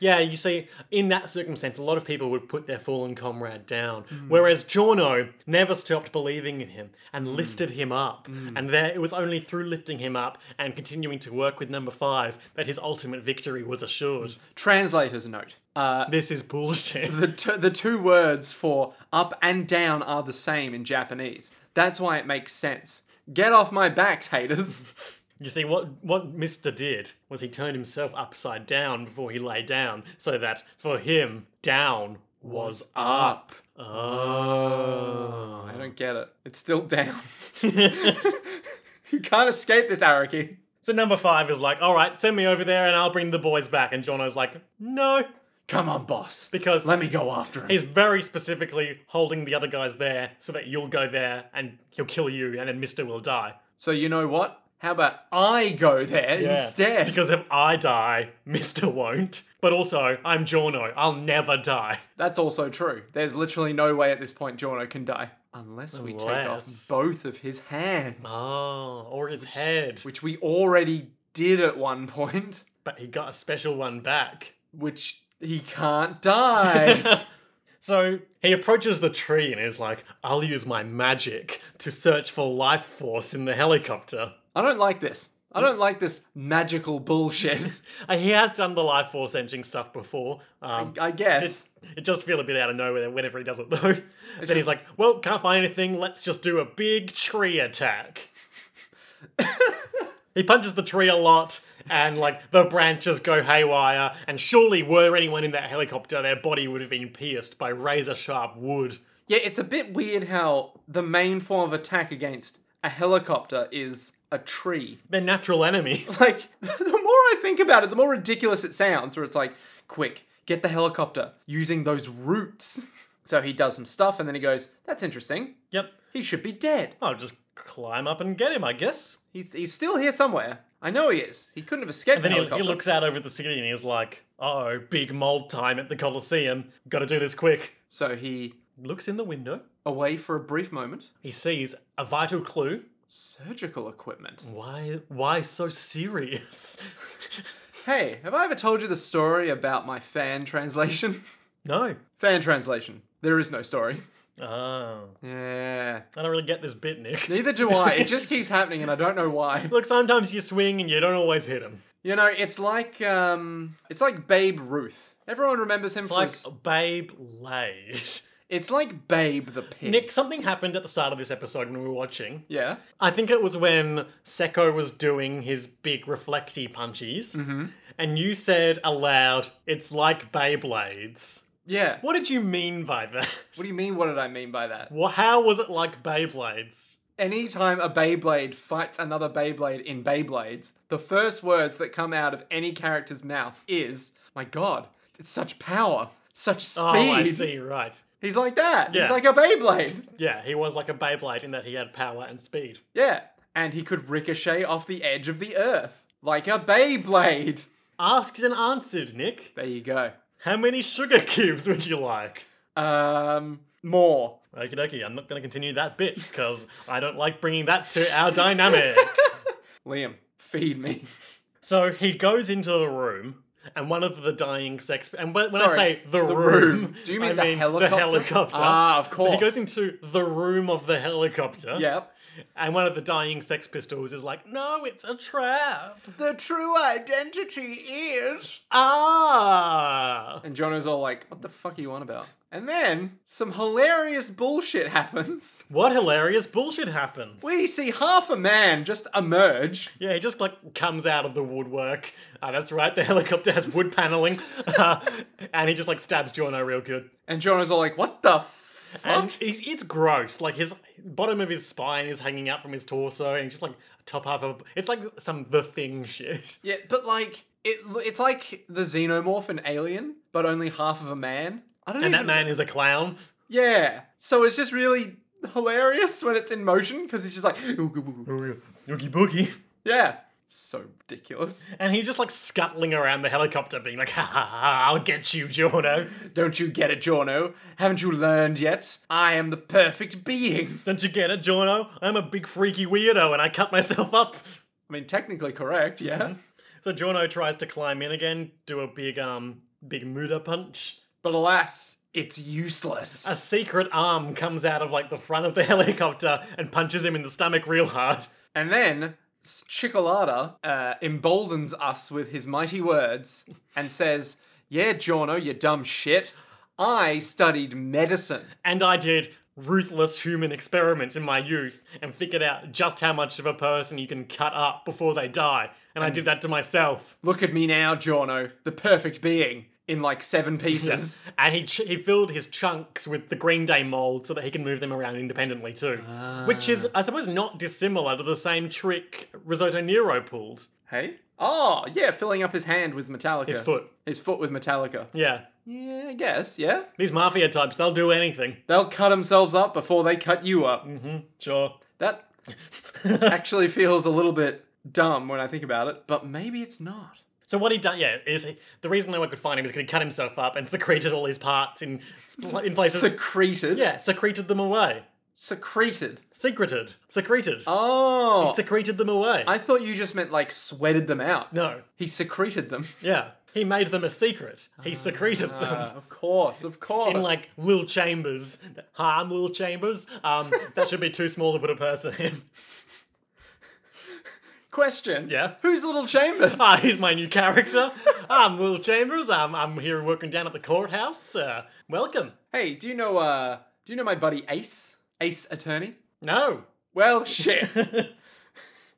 Speaker 1: Yeah, you see, in that circumstance, a lot of people would put their fallen comrade down, whereas Giorno never stopped believing in him and lifted him up. And there, it was only through lifting him up and continuing to work with Number Five that his ultimate victory was assured.
Speaker 2: Translator's note. Uh,
Speaker 1: This is bullshit.
Speaker 2: the, t- the two words for up and down are the same in Japanese. That's why it makes sense. Get off my backs, haters.
Speaker 1: You see, what what Mister did was he turned himself upside down before he lay down, so that for him, down was up.
Speaker 2: Up.
Speaker 1: Oh.
Speaker 2: I don't get it. It's still down. you can't escape this anarchy.
Speaker 1: So number five is like, all right, send me over there and I'll bring the boys back. And Jono's like, no,
Speaker 2: Come on, boss.
Speaker 1: because
Speaker 2: Let me go after him.
Speaker 1: he's very specifically holding the other guys there so that you'll go there and he'll kill you and then Mister will die.
Speaker 2: So you know what? How about I go there instead?
Speaker 1: Because if I die, Mister won't. But also, I'm Jono. I'll never die.
Speaker 2: That's also true. There's literally no way at this point Jorno can die. Unless we
Speaker 1: Unless-
Speaker 2: take off both of his hands.
Speaker 1: Oh, or his head.
Speaker 2: Which we already did at one point.
Speaker 1: But he got a special one back.
Speaker 2: Which he can't die.
Speaker 1: So he approaches the tree and is like, I'll use my magic to search for life force in the helicopter.
Speaker 2: I don't like this. I don't like this magical bullshit.
Speaker 1: Uh, He has done the life force engine stuff before. Um,
Speaker 2: I guess.
Speaker 1: it, it does feel a bit out of nowhere whenever he does it, though. then he's like, well, can't find anything. Let's just do a big tree attack. he punches the tree a lot, and like the branches go haywire. And surely, were anyone in that helicopter, their body would have been pierced by razor sharp wood.
Speaker 2: Yeah, it's a bit weird how the main form of attack against a helicopter is a tree.
Speaker 1: They're natural enemies.
Speaker 2: like the more I think about it, the more ridiculous it sounds. Where it's like, quick, get the helicopter using those roots. So he does some stuff, and then he goes, "That's interesting.
Speaker 1: yep.
Speaker 2: He should be dead.
Speaker 1: I'll just climb up and get him, I guess.
Speaker 2: He's he's still here somewhere. I know he is. He couldn't have escaped the
Speaker 1: Then he, he
Speaker 2: helicopter."
Speaker 1: looks out over the city and he's like, oh, big mold time at the Colosseum. Gotta do this quick.
Speaker 2: so he
Speaker 1: Looks in the window.
Speaker 2: away for a brief moment.
Speaker 1: He sees a vital clue.
Speaker 2: Surgical equipment.
Speaker 1: Why why so serious?
Speaker 2: Hey, have I ever told you the story about my fan translation?
Speaker 1: no.
Speaker 2: fan translation. There is no story.
Speaker 1: Oh.
Speaker 2: Yeah.
Speaker 1: I don't really get this bit, Nick.
Speaker 2: Neither do I. It just keeps happening, and I don't know why.
Speaker 1: Look, sometimes you swing and you don't always hit him.
Speaker 2: You know, it's like um, it's like Babe Ruth. Everyone remembers him. for
Speaker 1: Like
Speaker 2: his-
Speaker 1: Babe Laid.
Speaker 2: it's like Babe the pig.
Speaker 1: Nick, something happened at the start of this episode when we were watching.
Speaker 2: Yeah.
Speaker 1: I think it was when Seko was doing his big reflecty punchies, and you said aloud, it's like Beyblades.
Speaker 2: Yeah. What?
Speaker 1: What did you mean by that?
Speaker 2: do you mean? What did I mean by that?
Speaker 1: Well, how was it like Beyblades?
Speaker 2: Anytime a Beyblade fights another Beyblade in Beyblades, the first words that come out of any character's mouth is, "My God, it's such power, such speed."
Speaker 1: Oh, I see, right.
Speaker 2: He's like that.
Speaker 1: Yeah.
Speaker 2: He's like a Beyblade.
Speaker 1: Yeah, he was like a Beyblade in that he had power and speed.
Speaker 2: Yeah, and he could ricochet off the edge of the earth like a Beyblade.
Speaker 1: Asked and answered, Nick.
Speaker 2: There you go.
Speaker 1: How many sugar cubes would you like?
Speaker 2: Um, more.
Speaker 1: Okie dokie, I'm not going to continue that bit because I don't like bringing that to our dynamic.
Speaker 2: Liam, feed me.
Speaker 1: So he goes into the room, and one of the dying sex. And when, when I
Speaker 2: Sorry,
Speaker 1: say the, room,
Speaker 2: Do you
Speaker 1: I
Speaker 2: mean, the, helicopter?
Speaker 1: helicopter.
Speaker 2: Ah, of course.
Speaker 1: He goes into the room of the helicopter.
Speaker 2: Yep.
Speaker 1: And one of the dying sex pistols is like, no, it's a trap.
Speaker 2: The true identity is.
Speaker 1: Ah.
Speaker 2: And Jono's all like, "What the fuck are you on about?" And then some hilarious bullshit happens.
Speaker 1: What hilarious bullshit happens.
Speaker 2: We see half a man just emerge.
Speaker 1: yeah, he just like comes out of the woodwork. Uh, that's right, the helicopter has wood paneling. Uh, and he just like stabs Jono real good.
Speaker 2: And Jono's all like, "What the fuck?"
Speaker 1: And he's, it's gross. Like his bottom of his spine is hanging out from his torso, and he's just like top half of. It's like some the thing shit.
Speaker 2: Yeah, but like it, it's like the xenomorph and alien, but only half of a man. I don't
Speaker 1: And that
Speaker 2: even.
Speaker 1: man is a clown.
Speaker 2: Yeah, so it's just really hilarious when it's in motion because it's just like,
Speaker 1: Oogie boogie.
Speaker 2: yeah. So ridiculous.
Speaker 1: And he's just like scuttling around the helicopter, being like, ha ha ha, I'll get you, Giorno.
Speaker 2: Don't you get it, Giorno? Haven't you learned yet? I am the perfect being.
Speaker 1: Don't you get it, Giorno? I'm a big freaky weirdo and I cut myself up.
Speaker 2: I mean, technically correct, yeah.
Speaker 1: So Giorno tries to climb in again, do a big, um, big Muda punch.
Speaker 2: But alas, it's useless.
Speaker 1: A secret arm comes out of like the front of the helicopter and punches him in the stomach real hard.
Speaker 2: And then S- Chicolata uh, emboldens us with his mighty words and says, Yeah, Giorno, you dumb shit. I studied medicine.
Speaker 1: And I did ruthless human experiments in my youth and figured out just how much of a person you can cut up before they die. And I did that to myself.
Speaker 2: Look at me now, Giorno, the perfect being in like seven pieces.
Speaker 1: And he ch- he filled his chunks with the Green Day mold so that he can move them around independently too, which is I suppose not dissimilar to the same trick Risotto Nero pulled.
Speaker 2: Hey? Oh, yeah, filling up his hand with Metallica. His
Speaker 1: foot.
Speaker 2: His foot with Metallica.
Speaker 1: Yeah,
Speaker 2: Yeah, I guess, yeah?
Speaker 1: these mafia types they'll do anything.
Speaker 2: They'll cut themselves up before they cut you up.
Speaker 1: Mm-hmm. Sure.
Speaker 2: That actually feels a little bit dumb when I think about it, but maybe it's not.
Speaker 1: So what he done? Yeah, is he, the reason no one could find him is because he cut himself up and secreted all his parts in in places.
Speaker 2: Secreted.
Speaker 1: yeah, secreted them away.
Speaker 2: Secreted.
Speaker 1: Secreted. Secreted.
Speaker 2: Oh.
Speaker 1: Secreted them away.
Speaker 2: I thought you just meant like sweated them out.
Speaker 1: no.
Speaker 2: He secreted them.
Speaker 1: Yeah. He made them a secret.
Speaker 2: Ah.
Speaker 1: He secreted them.
Speaker 2: Uh, of course, of course.
Speaker 1: in like little chambers. Harm little chambers. Um, that should be too small to put a person in.
Speaker 2: question.
Speaker 1: Yeah.
Speaker 2: Whose little chambers?
Speaker 1: Ah, he's my new character. I'm Will Chambers. I'm I'm here working down at the courthouse. Uh, welcome.
Speaker 2: hey, do you know uh do you know my buddy Ace? Ace attorney?
Speaker 1: No,
Speaker 2: Well shit.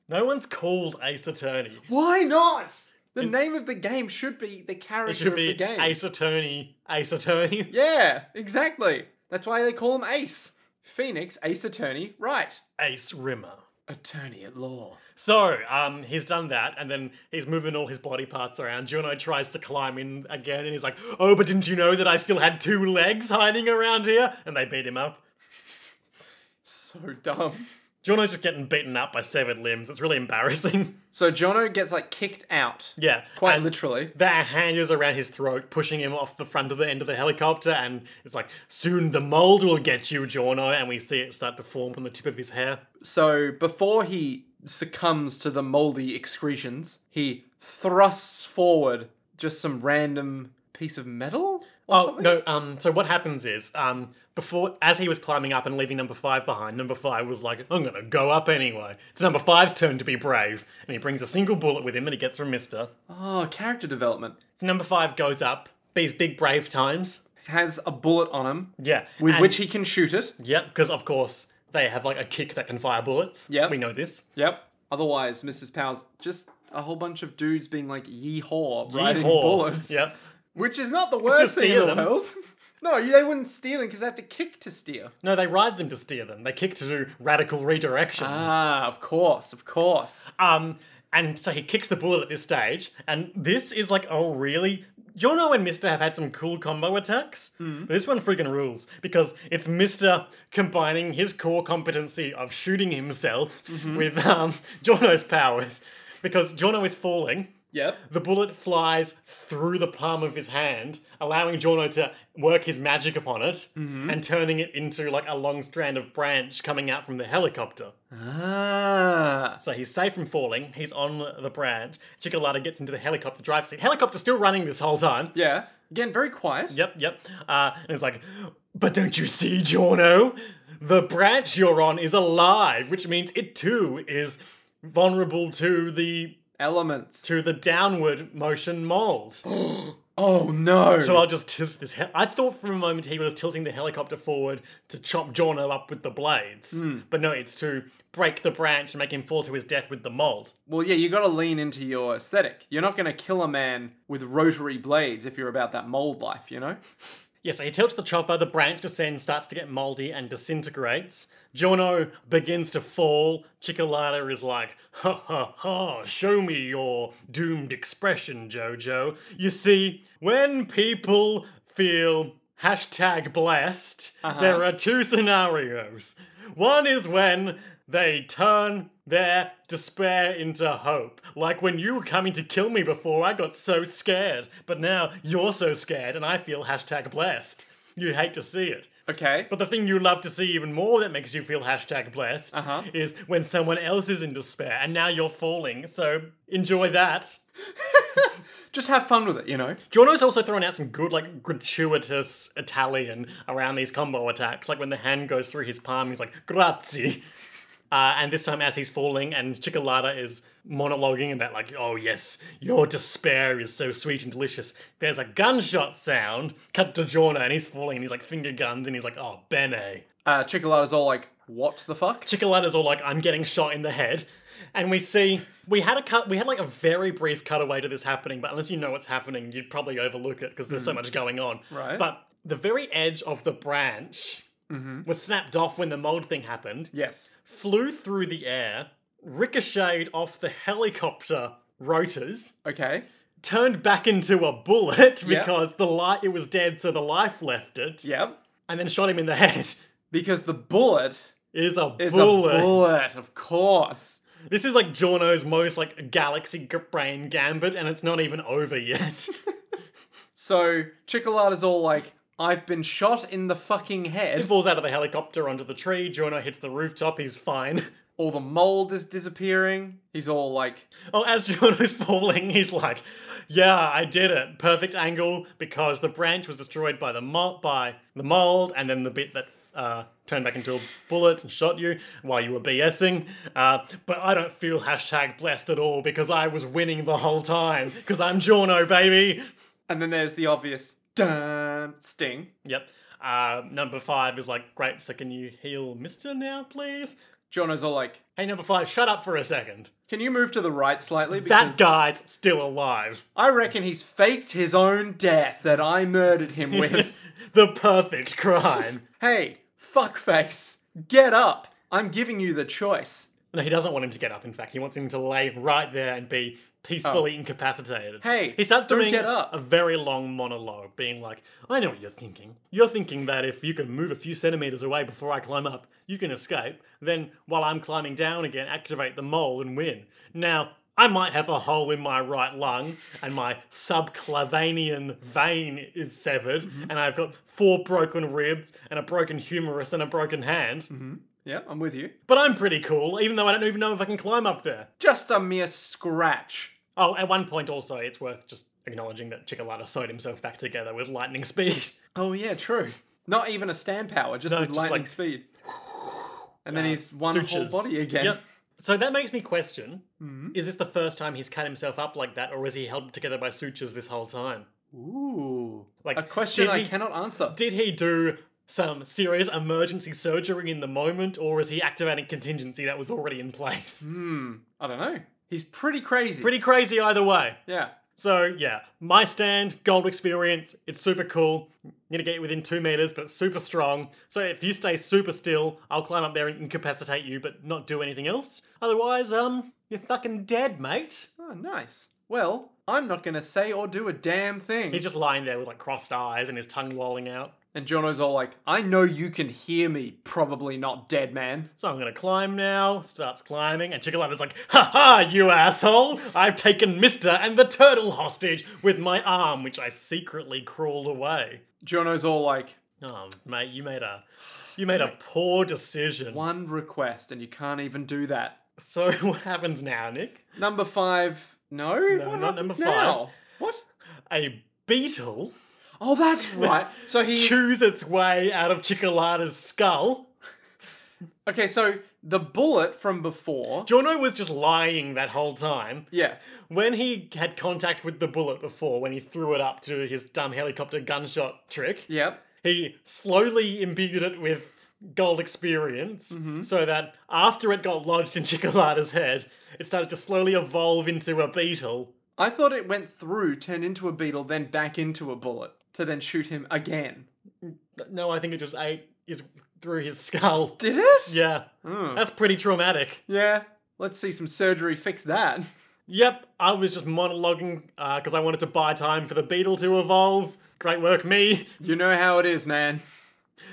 Speaker 1: no one's called Ace Attorney.
Speaker 2: Why not? The name of the game should be the character
Speaker 1: It should
Speaker 2: of
Speaker 1: be
Speaker 2: the game.
Speaker 1: Ace Attorney. Ace Attorney.
Speaker 2: Yeah, exactly. That's why they call him Ace. Phoenix, Ace Attorney, right.
Speaker 1: Ace Rimmer.
Speaker 2: Attorney at law.
Speaker 1: So, um, he's done that, and then he's moving all his body parts around. Juno tries to climb in again, and he's like, "Oh, but didn't you know that I still had two legs hiding around here?" And they beat him up.
Speaker 2: So dumb.
Speaker 1: Jono's just getting beaten up by severed limbs. It's really embarrassing.
Speaker 2: So Jono gets like kicked out.
Speaker 1: yeah.
Speaker 2: Quite
Speaker 1: and
Speaker 2: literally.
Speaker 1: Their hand is around his throat, pushing him off the front of the end of the helicopter, and it's like, soon the mold will get you, Jono, and we see it start to form from the tip of his hair.
Speaker 2: So before he succumbs to the moldy excretions, he thrusts forward just some random piece of metal or
Speaker 1: Oh
Speaker 2: something?
Speaker 1: no! Um, so what happens is, um, before as he was climbing up and leaving number five behind, number five was like, "I'm gonna go up anyway." It's number five's turn to be brave, and he brings a single bullet with him that he gets from Mister.
Speaker 2: Oh, character development.
Speaker 1: So number five goes up these big brave times.
Speaker 2: Has a bullet on him
Speaker 1: Yeah,
Speaker 2: with
Speaker 1: and-
Speaker 2: which he can shoot it.
Speaker 1: Yep, because of course they have like a kick that can fire bullets.
Speaker 2: Yep.
Speaker 1: we know this.
Speaker 2: Yep. Otherwise, Mrs. Powers, just a whole bunch of dudes being like, yee-haw, riding
Speaker 1: Yeehaw.
Speaker 2: bullets.
Speaker 1: Yep.
Speaker 2: Which is not the worst thing in
Speaker 1: steer
Speaker 2: the
Speaker 1: them.
Speaker 2: world. no, they wouldn't steer them because they have to kick to steer.
Speaker 1: No, they ride them to steer them. They kick to do radical redirections.
Speaker 2: Ah, of course, of course.
Speaker 1: Um, and so he kicks the bullet at this stage, and this is like, oh really? Jono and Mister have had some cool combo attacks. But This one freaking rules because it's Mister combining his core competency of shooting himself with um, Jono's powers, because Jono is falling.
Speaker 2: Yep.
Speaker 1: The bullet flies through the palm of his hand, allowing Jorno to work his magic upon it and turning it into like a long strand of branch coming out from the helicopter.
Speaker 2: Ah.
Speaker 1: So he's safe from falling, he's on the branch. Chicolata gets into the helicopter drive seat. Helicopter's still running this whole time.
Speaker 2: Yeah. Again, very quiet.
Speaker 1: Yep, yep. Uh, and it's like, but don't you see, Jorno? The branch you're on is alive, which means it too is vulnerable to the
Speaker 2: Elements.
Speaker 1: to the downward motion mold.
Speaker 2: Oh, no.
Speaker 1: So I'll just tilt this. Hel- I thought for a moment he was tilting the helicopter forward to chop Jorno up with the blades, but no, it's to break the branch and make him fall to his death with the mold.
Speaker 2: well, yeah, you gotta lean into your aesthetic. You're not gonna kill a man with rotary blades if you're about that mold life, you know?
Speaker 1: Yeah, so he tilts the chopper. The branch descends, starts to get moldy, and disintegrates. Jorno begins to fall. Chicolata is like, "Ha ha ha! Show me your doomed expression, Jojo." You see, when people feel hashtag blessed, there are two scenarios. One is when they turn their despair into hope. Like when you were coming to kill me before, I got so scared, but now you're so scared and I feel hashtag blessed. You hate to see it.
Speaker 2: Okay.
Speaker 1: But the thing you love to see even more that makes you feel hashtag blessed is when someone else is in despair and now you're falling. So enjoy that.
Speaker 2: Just have fun with it, you know?
Speaker 1: Giorno's also thrown out some good, like, gratuitous Italian around these combo attacks. Like when the hand goes through his palm, he's like, grazie. Uh, and this time, as he's falling, and Chickalata is monologuing about, like, oh yes, your despair is so sweet and delicious. There's a gunshot sound. Cut to Giorno, and he's falling, and he's like, finger guns, and he's like, oh, Bene.
Speaker 2: Uh, Chickalata's all like, what the fuck?
Speaker 1: Chickalata's all like, I'm getting shot in the head. And we see we had a cut we had like a very brief cutaway to this happening, but unless you know what's happening, you'd probably overlook it because there's so much going on.
Speaker 2: Right.
Speaker 1: But the very edge of the branch was snapped off when the mold thing happened,
Speaker 2: yes.
Speaker 1: flew through the air, ricocheted off the helicopter rotors,
Speaker 2: Okay.
Speaker 1: turned back into a bullet because the light it was dead, so the life left it,
Speaker 2: Yep.
Speaker 1: and then shot him in the head.
Speaker 2: Because the bullet
Speaker 1: Is a
Speaker 2: is
Speaker 1: bullet.
Speaker 2: a bullet, of course.
Speaker 1: This is like Jorno's most like galaxy g- brain gambit, and it's not even over yet.
Speaker 2: So Chickalata's all like, I've been shot in the fucking
Speaker 1: it
Speaker 2: head.
Speaker 1: falls out of the helicopter onto the tree. Jorno hits the rooftop. He's fine.
Speaker 2: All the mold is disappearing. He's all like,
Speaker 1: Oh, as Jorno's falling, he's like, "Yeah, I did it. Perfect angle because the branch was destroyed by the mold, by the mold, and then the bit that." Uh, turned back into a bullet and shot you while you were BSing. Uh, but I don't feel hashtag blessed at all because I was winning the whole time because I'm Jorno, baby.
Speaker 2: and then there's the obvious dun sting.
Speaker 1: Yep. Uh, number five is like, great, so can you heal Mister now, please?
Speaker 2: Jono's all like,
Speaker 1: Hey, number five, shut up for a second.
Speaker 2: can you move to the right slightly?
Speaker 1: That guy's still alive.
Speaker 2: I reckon he's faked his own death that I murdered him with.
Speaker 1: the perfect crime.
Speaker 2: hey, fuckface, get up. I'm giving you the choice.
Speaker 1: no, he doesn't want him to get up, in fact. He wants him to lay right there and be peacefully incapacitated.
Speaker 2: Oh. Hey,
Speaker 1: he starts
Speaker 2: don't
Speaker 1: doing
Speaker 2: get up.
Speaker 1: a very long monologue, being like, I know what you're thinking. You're thinking that if you can move a few centimeters away before I climb up, you can escape. Then, while I'm climbing down again, activate the mole and win. Now, I might have a hole in my right lung, and my subclavanian vein is severed,
Speaker 2: Mm-hmm.
Speaker 1: and I've got four broken ribs, and a broken humerus, and a broken hand.
Speaker 2: Yeah, I'm with you.
Speaker 1: But I'm pretty cool, even though I don't even know if I can climb up there.
Speaker 2: Just a mere scratch.
Speaker 1: Oh, at one point also, it's worth just acknowledging that Chickalata sewed himself back together with lightning speed.
Speaker 2: Oh, yeah, true. Not even a stand power, just with
Speaker 1: just
Speaker 2: lightning
Speaker 1: like-
Speaker 2: speed. And then he's one
Speaker 1: sutures.
Speaker 2: whole body again. Hmm.
Speaker 1: Yep. So that makes me question: Is this the first time he's cut himself up like that, or is he held together by sutures this whole time?
Speaker 2: Ooh.
Speaker 1: Like,
Speaker 2: a question
Speaker 1: did
Speaker 2: I
Speaker 1: he-
Speaker 2: cannot answer.
Speaker 1: Did he do some serious emergency surgery in the moment, or is he activating contingency that was already in place?
Speaker 2: Hmm. I don't know. He's pretty crazy.
Speaker 1: Pretty crazy either way.
Speaker 2: yeah.
Speaker 1: So yeah, my stand, gold experience. It's super cool. I'm gonna get within two meters, but super strong. So if you stay super still, I'll climb up there and incapacitate you, but not do anything else. Otherwise, um, you're fucking dead, mate.
Speaker 2: Oh, nice. Well, I'm not going to say or do a damn thing.
Speaker 1: He's just lying there with like crossed eyes and his tongue lolling out.
Speaker 2: And Jono's all like, I know you can hear me, probably not dead man.
Speaker 1: So I'm gonna climb now. Starts climbing, and Chickalata's like, "Ha ha, you asshole! I've taken Mister and the turtle hostage with my arm, which I secretly crawled away."
Speaker 2: Jono's all like,
Speaker 1: Oh, mate, you made a, you made a poor decision.
Speaker 2: one request and you can't even do that.
Speaker 1: So what happens now, Nick?
Speaker 2: Number five, no? what
Speaker 1: not
Speaker 2: happens
Speaker 1: number five.
Speaker 2: now? What?
Speaker 1: A beetle
Speaker 2: Oh, that's right. So he.
Speaker 1: chews its way out of Chickalata's skull.
Speaker 2: Okay, so the bullet from before.
Speaker 1: Jono was just lying that whole time.
Speaker 2: Yeah.
Speaker 1: When he had contact with the bullet before, when he threw it up to his dumb helicopter gunshot trick,
Speaker 2: Yep.
Speaker 1: he slowly imbued it with gold experience so that after it got lodged in Chickalata's head, it started to slowly evolve into a beetle.
Speaker 2: I thought it went through, turned into a beetle, then back into a bullet to then shoot him again.
Speaker 1: No, I think it just ate his, through his skull.
Speaker 2: Did it?
Speaker 1: Yeah, that's pretty traumatic.
Speaker 2: Yeah. Let's see some surgery fix that.
Speaker 1: uh, Yep, I was just monologuing because I wanted to buy time for the beetle to evolve. Great work, me.
Speaker 2: You know how it is, man.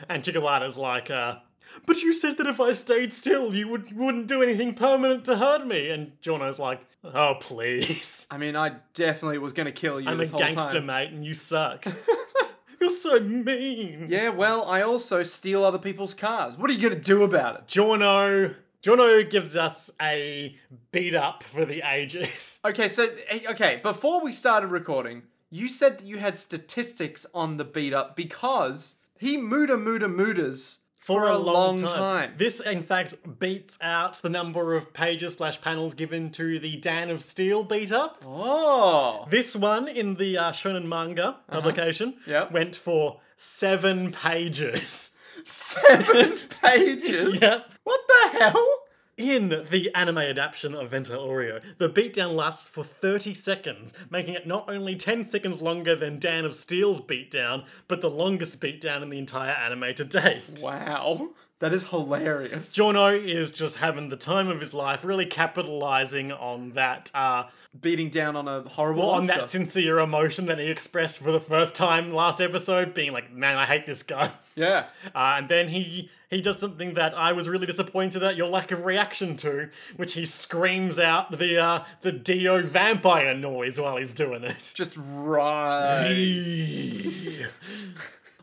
Speaker 1: And Chickalata's like, uh, but you said that if I stayed still, you would, wouldn't do anything permanent to hurt me. And Jono's like, oh, please.
Speaker 2: I mean, I definitely was gonna kill you
Speaker 1: I'm a
Speaker 2: this whole
Speaker 1: gangster,
Speaker 2: time.
Speaker 1: mate, and you suck. You're so mean.
Speaker 2: Yeah, well, I also steal other people's cars. What are you gonna do about it?
Speaker 1: Jono. Jono gives us a beat up for the ages.
Speaker 2: Okay, so eh, okay, before we started recording, you said that you had statistics on the beat up because he muda muda mudas for, a, long, time.
Speaker 1: This, in fact, beats out the number of pages slash panels given to the Dan of Steel beat up.
Speaker 2: Oh,
Speaker 1: This one in the uh, Shonen manga publication
Speaker 2: Uh-huh. Yep.
Speaker 1: went for seven pages.
Speaker 2: seven pages.
Speaker 1: Yep.
Speaker 2: What the hell?
Speaker 1: In the anime adaptation of Venta Oreo, the beatdown lasts for 30 seconds, making it not only 10 seconds longer than Dan of Steel's beatdown, but the longest beatdown in the entire anime to date.
Speaker 2: Wow, that is hilarious.
Speaker 1: Jono is just having the time of his life, really capitalizing on that uh,
Speaker 2: Beating down on a horrible
Speaker 1: on
Speaker 2: monster.
Speaker 1: that sincere emotion that he expressed for the first time last episode, being like, "Man, I hate this guy."
Speaker 2: yeah.
Speaker 1: Uh, and then he he does something that I was really disappointed at your lack of reaction to, which he screams out the uh, the Dio vampire noise while he's doing it.
Speaker 2: Just right.
Speaker 1: Jono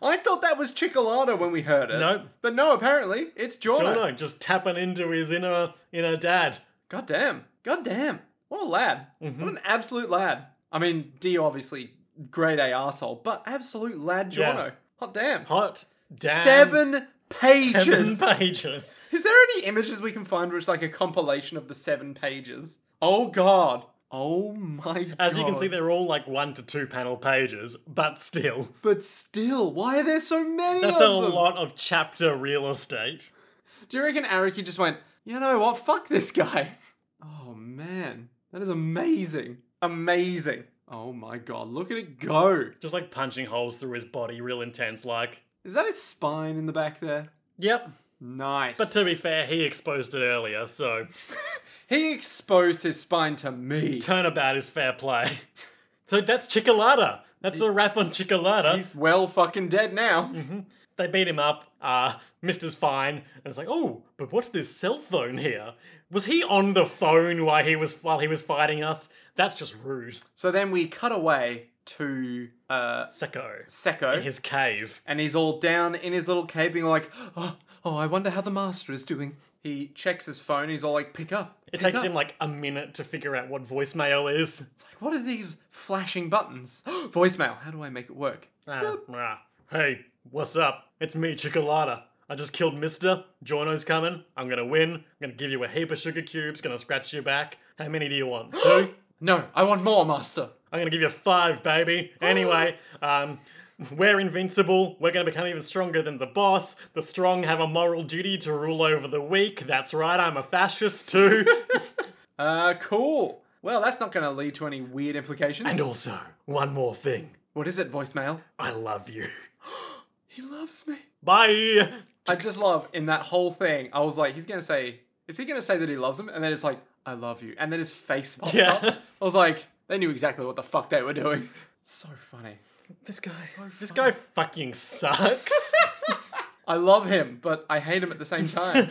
Speaker 2: I thought that was Chickalata when we heard it.
Speaker 1: Nope.
Speaker 2: But no, apparently it's Jordan.
Speaker 1: just tapping into his inner inner dad.
Speaker 2: God damn. God damn. What a lad.
Speaker 1: Mm-hmm.
Speaker 2: What an absolute lad. I mean, D obviously grade A arsehole, but absolute lad Jono.
Speaker 1: Yeah.
Speaker 2: Hot damn.
Speaker 1: Hot damn
Speaker 2: Seven pages.
Speaker 1: seven pages.
Speaker 2: Is there any images we can find where it's like a compilation of the seven pages? Oh god. Oh my god.
Speaker 1: As you can see, they're all like one to two panel pages, but still,
Speaker 2: But still, why are there so many
Speaker 1: that's a
Speaker 2: of them?
Speaker 1: lot of chapter real estate.
Speaker 2: Do you reckon Araki just went, you know what, fuck this guy? Oh man, that is amazing. Amazing. Oh my god, look at it go.
Speaker 1: Just like punching holes through his body, real intense. Like,
Speaker 2: Is that his spine in the back there?
Speaker 1: yep.
Speaker 2: Nice.
Speaker 1: But to be fair, he exposed it earlier, so
Speaker 2: he exposed his spine to me.
Speaker 1: turnabout is fair play. So that's Chickalata. That's a wrap on Chickalata.
Speaker 2: He's well fucking dead now.
Speaker 1: They beat him up. Uh, Mister's fine, and it's like, oh, but what's this cell phone here? Was he on the phone while he was while he was fighting us? That's just rude.
Speaker 2: So then we cut away to uh
Speaker 1: Seko,
Speaker 2: Seko,
Speaker 1: his cave.
Speaker 2: and he's all down in his little cave being like, oh, oh, I wonder how the master is doing. He checks his phone, he's all like, pick up.
Speaker 1: It
Speaker 2: pick
Speaker 1: takes
Speaker 2: up."
Speaker 1: him like a minute to figure out what voicemail is.
Speaker 2: Like, what are these flashing buttons? Voicemail. How do I make it work?
Speaker 1: Ah, ah. Hey, what's up? It's me, Chickalata. I just killed Mister. Jono's coming. I'm gonna win. I'm gonna give you a heap of sugar cubes. Gonna scratch your back. How many do you want? Two.
Speaker 2: No, I want more, master.
Speaker 1: I'm gonna give you five, baby. Anyway, um, we're invincible. We're gonna become even stronger than the boss. The strong have a moral duty to rule over the weak. That's right. I'm a fascist too.
Speaker 2: Uh, cool. Well, that's not going to lead to any weird implications.
Speaker 1: and also, one more thing.
Speaker 2: what is it, voicemail?
Speaker 1: I love you.
Speaker 2: He loves me.
Speaker 1: Bye.
Speaker 2: I just love in that whole thing. I was like, he's going to say, is he going to say that he loves him? And then it's like, I love you. And then his face pops
Speaker 1: Yeah.
Speaker 2: up. I was like, they knew exactly what the fuck they were doing. So funny.
Speaker 1: This guy. this guy fucking sucks.
Speaker 2: I love him, but I hate him at the same time.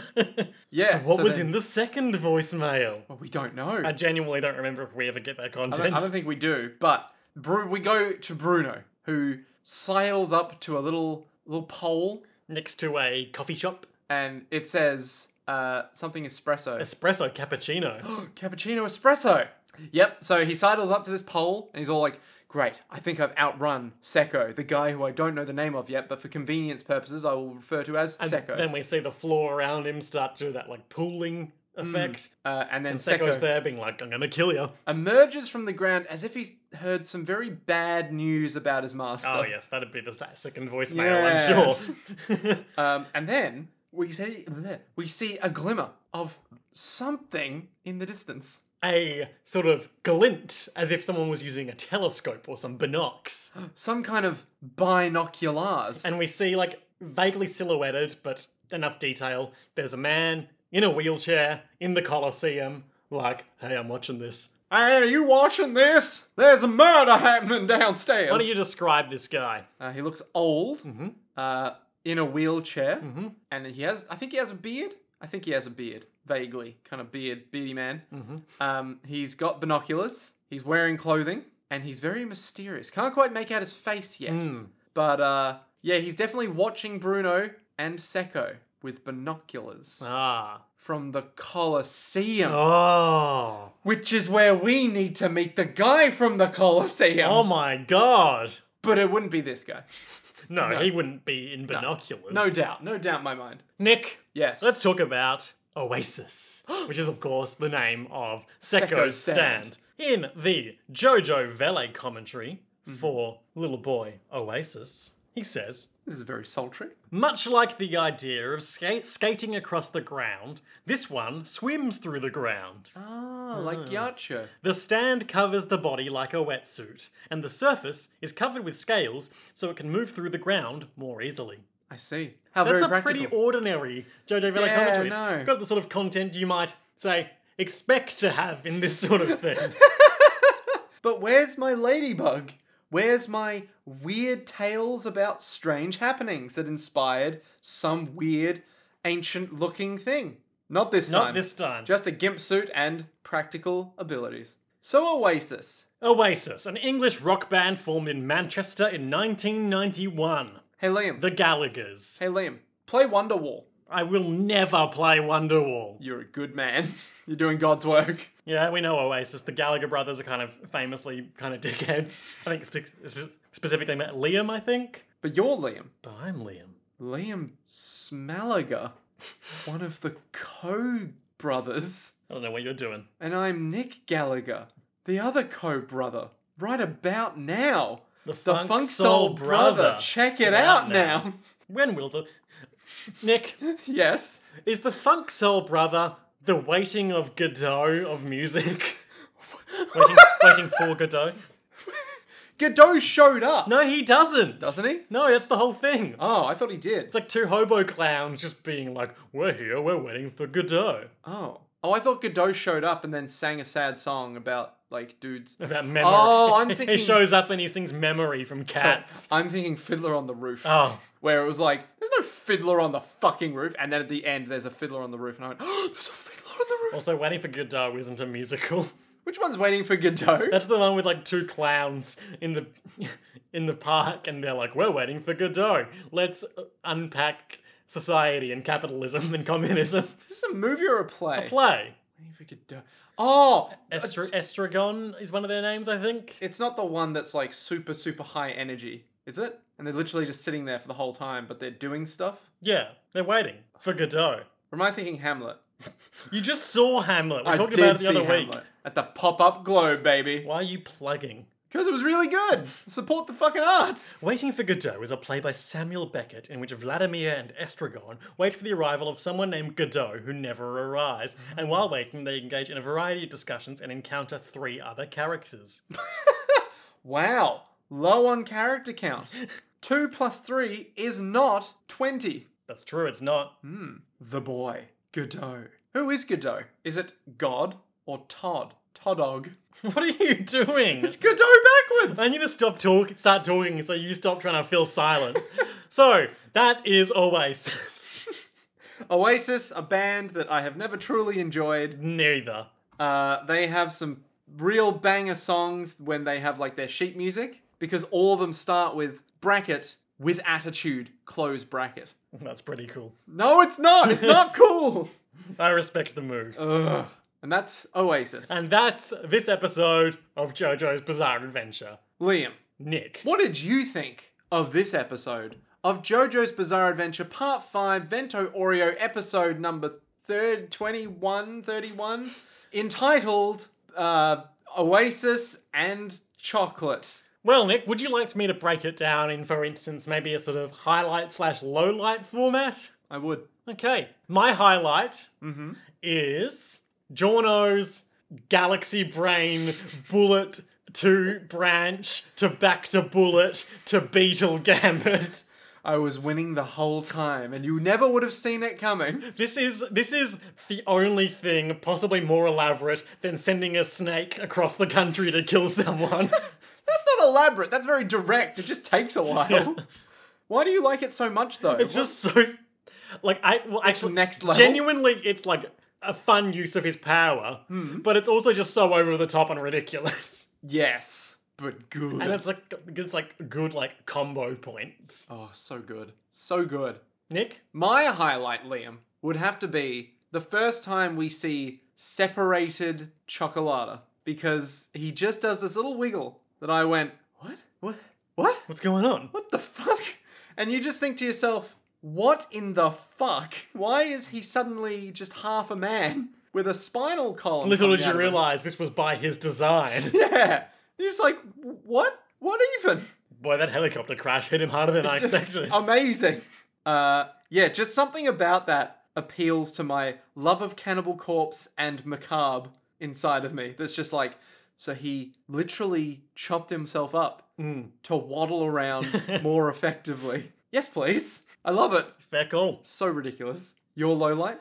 Speaker 2: Yeah.
Speaker 1: What
Speaker 2: so
Speaker 1: was
Speaker 2: then-
Speaker 1: in the second voicemail?
Speaker 2: Well, we don't know.
Speaker 1: I genuinely don't remember if we ever get that
Speaker 2: I
Speaker 1: content.
Speaker 2: don't think we do, but Bru- we go to Bruno, who sails up to a little little pole,
Speaker 1: Next to a coffee shop,
Speaker 2: and it says uh, something espresso,
Speaker 1: espresso cappuccino.
Speaker 2: cappuccino espresso. Yep. So he sidles up to this pole, and he's all like, "Great, I think I've outrun Seko, the guy who I don't know the name of yet, but for convenience purposes, I will refer to as Seko."
Speaker 1: then we see the floor around him start to do that like pooling effect.
Speaker 2: uh, and then
Speaker 1: Seko's
Speaker 2: Seko
Speaker 1: there being like, I'm gonna kill you.
Speaker 2: emerges from the ground as if he's heard some very bad news about his master.
Speaker 1: Oh yes, that'd be the s- second voicemail,
Speaker 2: Yes.
Speaker 1: I'm sure.
Speaker 2: Um, and then we see we see a glimmer of something in the distance.
Speaker 1: a sort of glint, as if someone was using a telescope or some binocs.
Speaker 2: Some kind of binoculars.
Speaker 1: And we see, like, vaguely silhouetted, but enough detail. There's a man in a wheelchair in the Colosseum, like, hey, I'm watching this.
Speaker 2: Hey, are you watching this? There's a murder happening downstairs.
Speaker 1: Why don't you describe this guy?
Speaker 2: Uh, he looks old,
Speaker 1: Mm-hmm.
Speaker 2: uh, in a wheelchair, and he has. I think he has a beard. I think he has a beard, vaguely kind of beard, beardy man.
Speaker 1: Mm-hmm.
Speaker 2: Um, he's got binoculars. He's wearing clothing, and he's very mysterious. Can't quite make out his face yet,
Speaker 1: Hmm.
Speaker 2: but uh, yeah, he's definitely watching Bruno and Secco with binoculars
Speaker 1: Ah.
Speaker 2: from the Colosseum,
Speaker 1: Oh.
Speaker 2: which is where we need to meet the guy from the Colosseum.
Speaker 1: Oh my god.
Speaker 2: But it wouldn't be this guy.
Speaker 1: No, he wouldn't be in binoculars.
Speaker 2: No doubt, no doubt in my mind.
Speaker 1: Nick,
Speaker 2: Yes.
Speaker 1: let's talk about Oasis, which is, of course, the name of Seko's
Speaker 2: Sekko's
Speaker 1: stand.
Speaker 2: stand.
Speaker 1: In the JoJo Vele commentary for Little Boy Oasis, he says.
Speaker 2: This is very sultry.
Speaker 1: Much like the idea of ska- skating across the ground, this one swims through the ground.
Speaker 2: Ah, like Yacha.
Speaker 1: The stand covers the body like a wetsuit, and the surface is covered with scales so it can move through the ground more easily.
Speaker 2: I see. How
Speaker 1: That's
Speaker 2: very
Speaker 1: a
Speaker 2: practical.
Speaker 1: pretty ordinary JoJo Valley
Speaker 2: Yeah,
Speaker 1: commentary. It's
Speaker 2: no.
Speaker 1: got the sort of content you might say expect to have in this sort of thing.
Speaker 2: but where's my ladybug? Where's my weird tales about strange happenings that inspired some weird, ancient looking thing? Not this
Speaker 1: Not
Speaker 2: time.
Speaker 1: this time.
Speaker 2: Just a gimp suit and practical abilities. So, Oasis.
Speaker 1: Oasis, an English rock band formed in Manchester in 1991.
Speaker 2: Hey, Liam.
Speaker 1: The Gallagher's.
Speaker 2: Hey, Liam. Play Wonderwall.
Speaker 1: I will never play Wonderwall.
Speaker 2: You're a good man. You're doing God's work.
Speaker 1: Yeah, we know Oasis. The Gallagher brothers are kind of famously kind of dickheads. I think spe- spe- specifically met Liam, I think.
Speaker 2: But you're Liam.
Speaker 1: But I'm Liam.
Speaker 2: Liam Smalaga, one of the co brothers,
Speaker 1: I don't know what you're doing.
Speaker 2: and I'm Nick Gallagher, the other co brother, right about now.
Speaker 1: The
Speaker 2: The
Speaker 1: Funk
Speaker 2: Funk
Speaker 1: Soul
Speaker 2: Soul
Speaker 1: brother.
Speaker 2: brother. Check it out now.
Speaker 1: When will the. Nick,
Speaker 2: yes.
Speaker 1: is the Funk Soul brother the waiting of Godot of music? waiting, waiting for Godot?
Speaker 2: Godot showed up.
Speaker 1: No, he doesn't.
Speaker 2: Doesn't he?
Speaker 1: No, that's the whole thing.
Speaker 2: Oh, I thought he did.
Speaker 1: It's like two hobo clowns just being like, we're here, we're waiting for Godot.
Speaker 2: Oh. Oh, I thought Godot showed up and then sang a sad song about, like, dudes.
Speaker 1: About memory.
Speaker 2: Oh, I'm
Speaker 1: he
Speaker 2: thinking-
Speaker 1: shows up and he sings memory from Cats.
Speaker 2: I'm thinking Fiddler on the Roof.
Speaker 1: Oh,
Speaker 2: where it was like, there's no fiddler on the fucking roof, and then at the end there's a fiddler on the roof, and I went, oh, there's a fiddler on the roof.
Speaker 1: also Waiting for Godot isn't a musical.
Speaker 2: Which one's waiting for Godot?
Speaker 1: That's the one with like two clowns in the in the park, and they're like, "We're waiting for Godot. Let's uh, unpack society and capitalism and communism."
Speaker 2: Is this a movie or a play?
Speaker 1: Play.
Speaker 2: Waiting for Godot. Oh,
Speaker 1: Estra- Estragon is one of their names, I think.
Speaker 2: it's not the one that's like super super high energy, is it? And they're literally just sitting there for the whole time, but they're doing stuff.
Speaker 1: Yeah, they're waiting for Godot.
Speaker 2: Or am I thinking Hamlet?
Speaker 1: You just saw Hamlet. We
Speaker 2: I
Speaker 1: talked
Speaker 2: did
Speaker 1: about it the
Speaker 2: see
Speaker 1: other week.
Speaker 2: Hamlet at the pop up globe, baby,
Speaker 1: Why are you plugging?
Speaker 2: because it was really good. Support the fucking arts.
Speaker 1: Waiting for Godot is a play by Samuel Beckett in which Vladimir and Estragon wait for the arrival of someone named Godot who never arrives, and while waiting, they engage in a variety of discussions and encounter three other characters.
Speaker 2: Wow, low on character count. Two plus three is not twenty.
Speaker 1: That's true, it's not.
Speaker 2: The boy, Godot. Who is Godot? Is it God or Todd? Toddog.
Speaker 1: What are you doing?
Speaker 2: It's Godot backwards!
Speaker 1: I need to stop talk start talking so you stop trying to fill silence. so that is Oasis.
Speaker 2: Oasis, a band that I have never truly enjoyed.
Speaker 1: Neither.
Speaker 2: Uh, they have some real banger songs when they have like their sheet music, because all of them start with bracket with attitude, close bracket.
Speaker 1: That's pretty cool.
Speaker 2: No, it's not! It's not cool!
Speaker 1: I respect the move.
Speaker 2: Ugh. And that's Oasis.
Speaker 1: and that's this episode of JoJo's Bizarre Adventure.
Speaker 2: Liam.
Speaker 1: Nick.
Speaker 2: What did you think of this episode of JoJo's Bizarre Adventure Part 5 Vento Oreo episode number third 21 31 entitled uh, Oasis and Chocolate?
Speaker 1: Well, Nick, would you like me to break it down in, for instance, maybe a sort of highlight slash low light format?
Speaker 2: I would.
Speaker 1: Okay. My highlight is Jorno's Galaxy Brain Bullet to Branch to Back to Bullet to Beetle Gambit.
Speaker 2: I was winning the whole time, and you never would have seen it coming.
Speaker 1: This is this is the only thing possibly more elaborate than sending a snake across the country to kill someone.
Speaker 2: That's not elaborate. That's very direct. It just takes a while. Why do you like it so much, though?
Speaker 1: It's just so like I well actually
Speaker 2: next level.
Speaker 1: Genuinely, it's like a fun use of his power,
Speaker 2: Hmm.
Speaker 1: but it's also just so over the top and ridiculous.
Speaker 2: yes, but good.
Speaker 1: And it's like it's like good like combo points.
Speaker 2: oh, so good, so good.
Speaker 1: Nick,
Speaker 2: My highlight, Liam, would have to be the first time we see separated Chocolata because he just does this little wiggle that I went, What? What? What?
Speaker 1: what's going on?
Speaker 2: What the fuck? And you just think to yourself, What in the fuck? Why is he suddenly just half a man with a spinal column?
Speaker 1: Little
Speaker 2: coming
Speaker 1: did
Speaker 2: out
Speaker 1: you
Speaker 2: of him?
Speaker 1: realize this was by his design.
Speaker 2: Yeah. You're just like, What? What even?
Speaker 1: Boy, that helicopter crash hit him harder than I
Speaker 2: Just
Speaker 1: expected.
Speaker 2: Amazing. Uh, yeah, just something about that appeals to my love of Cannibal Corpse and macabre inside of me. That's just like, so he literally chopped himself up to waddle around more effectively. Yes, please. I love it.
Speaker 1: Fair call.
Speaker 2: So ridiculous. Your low light?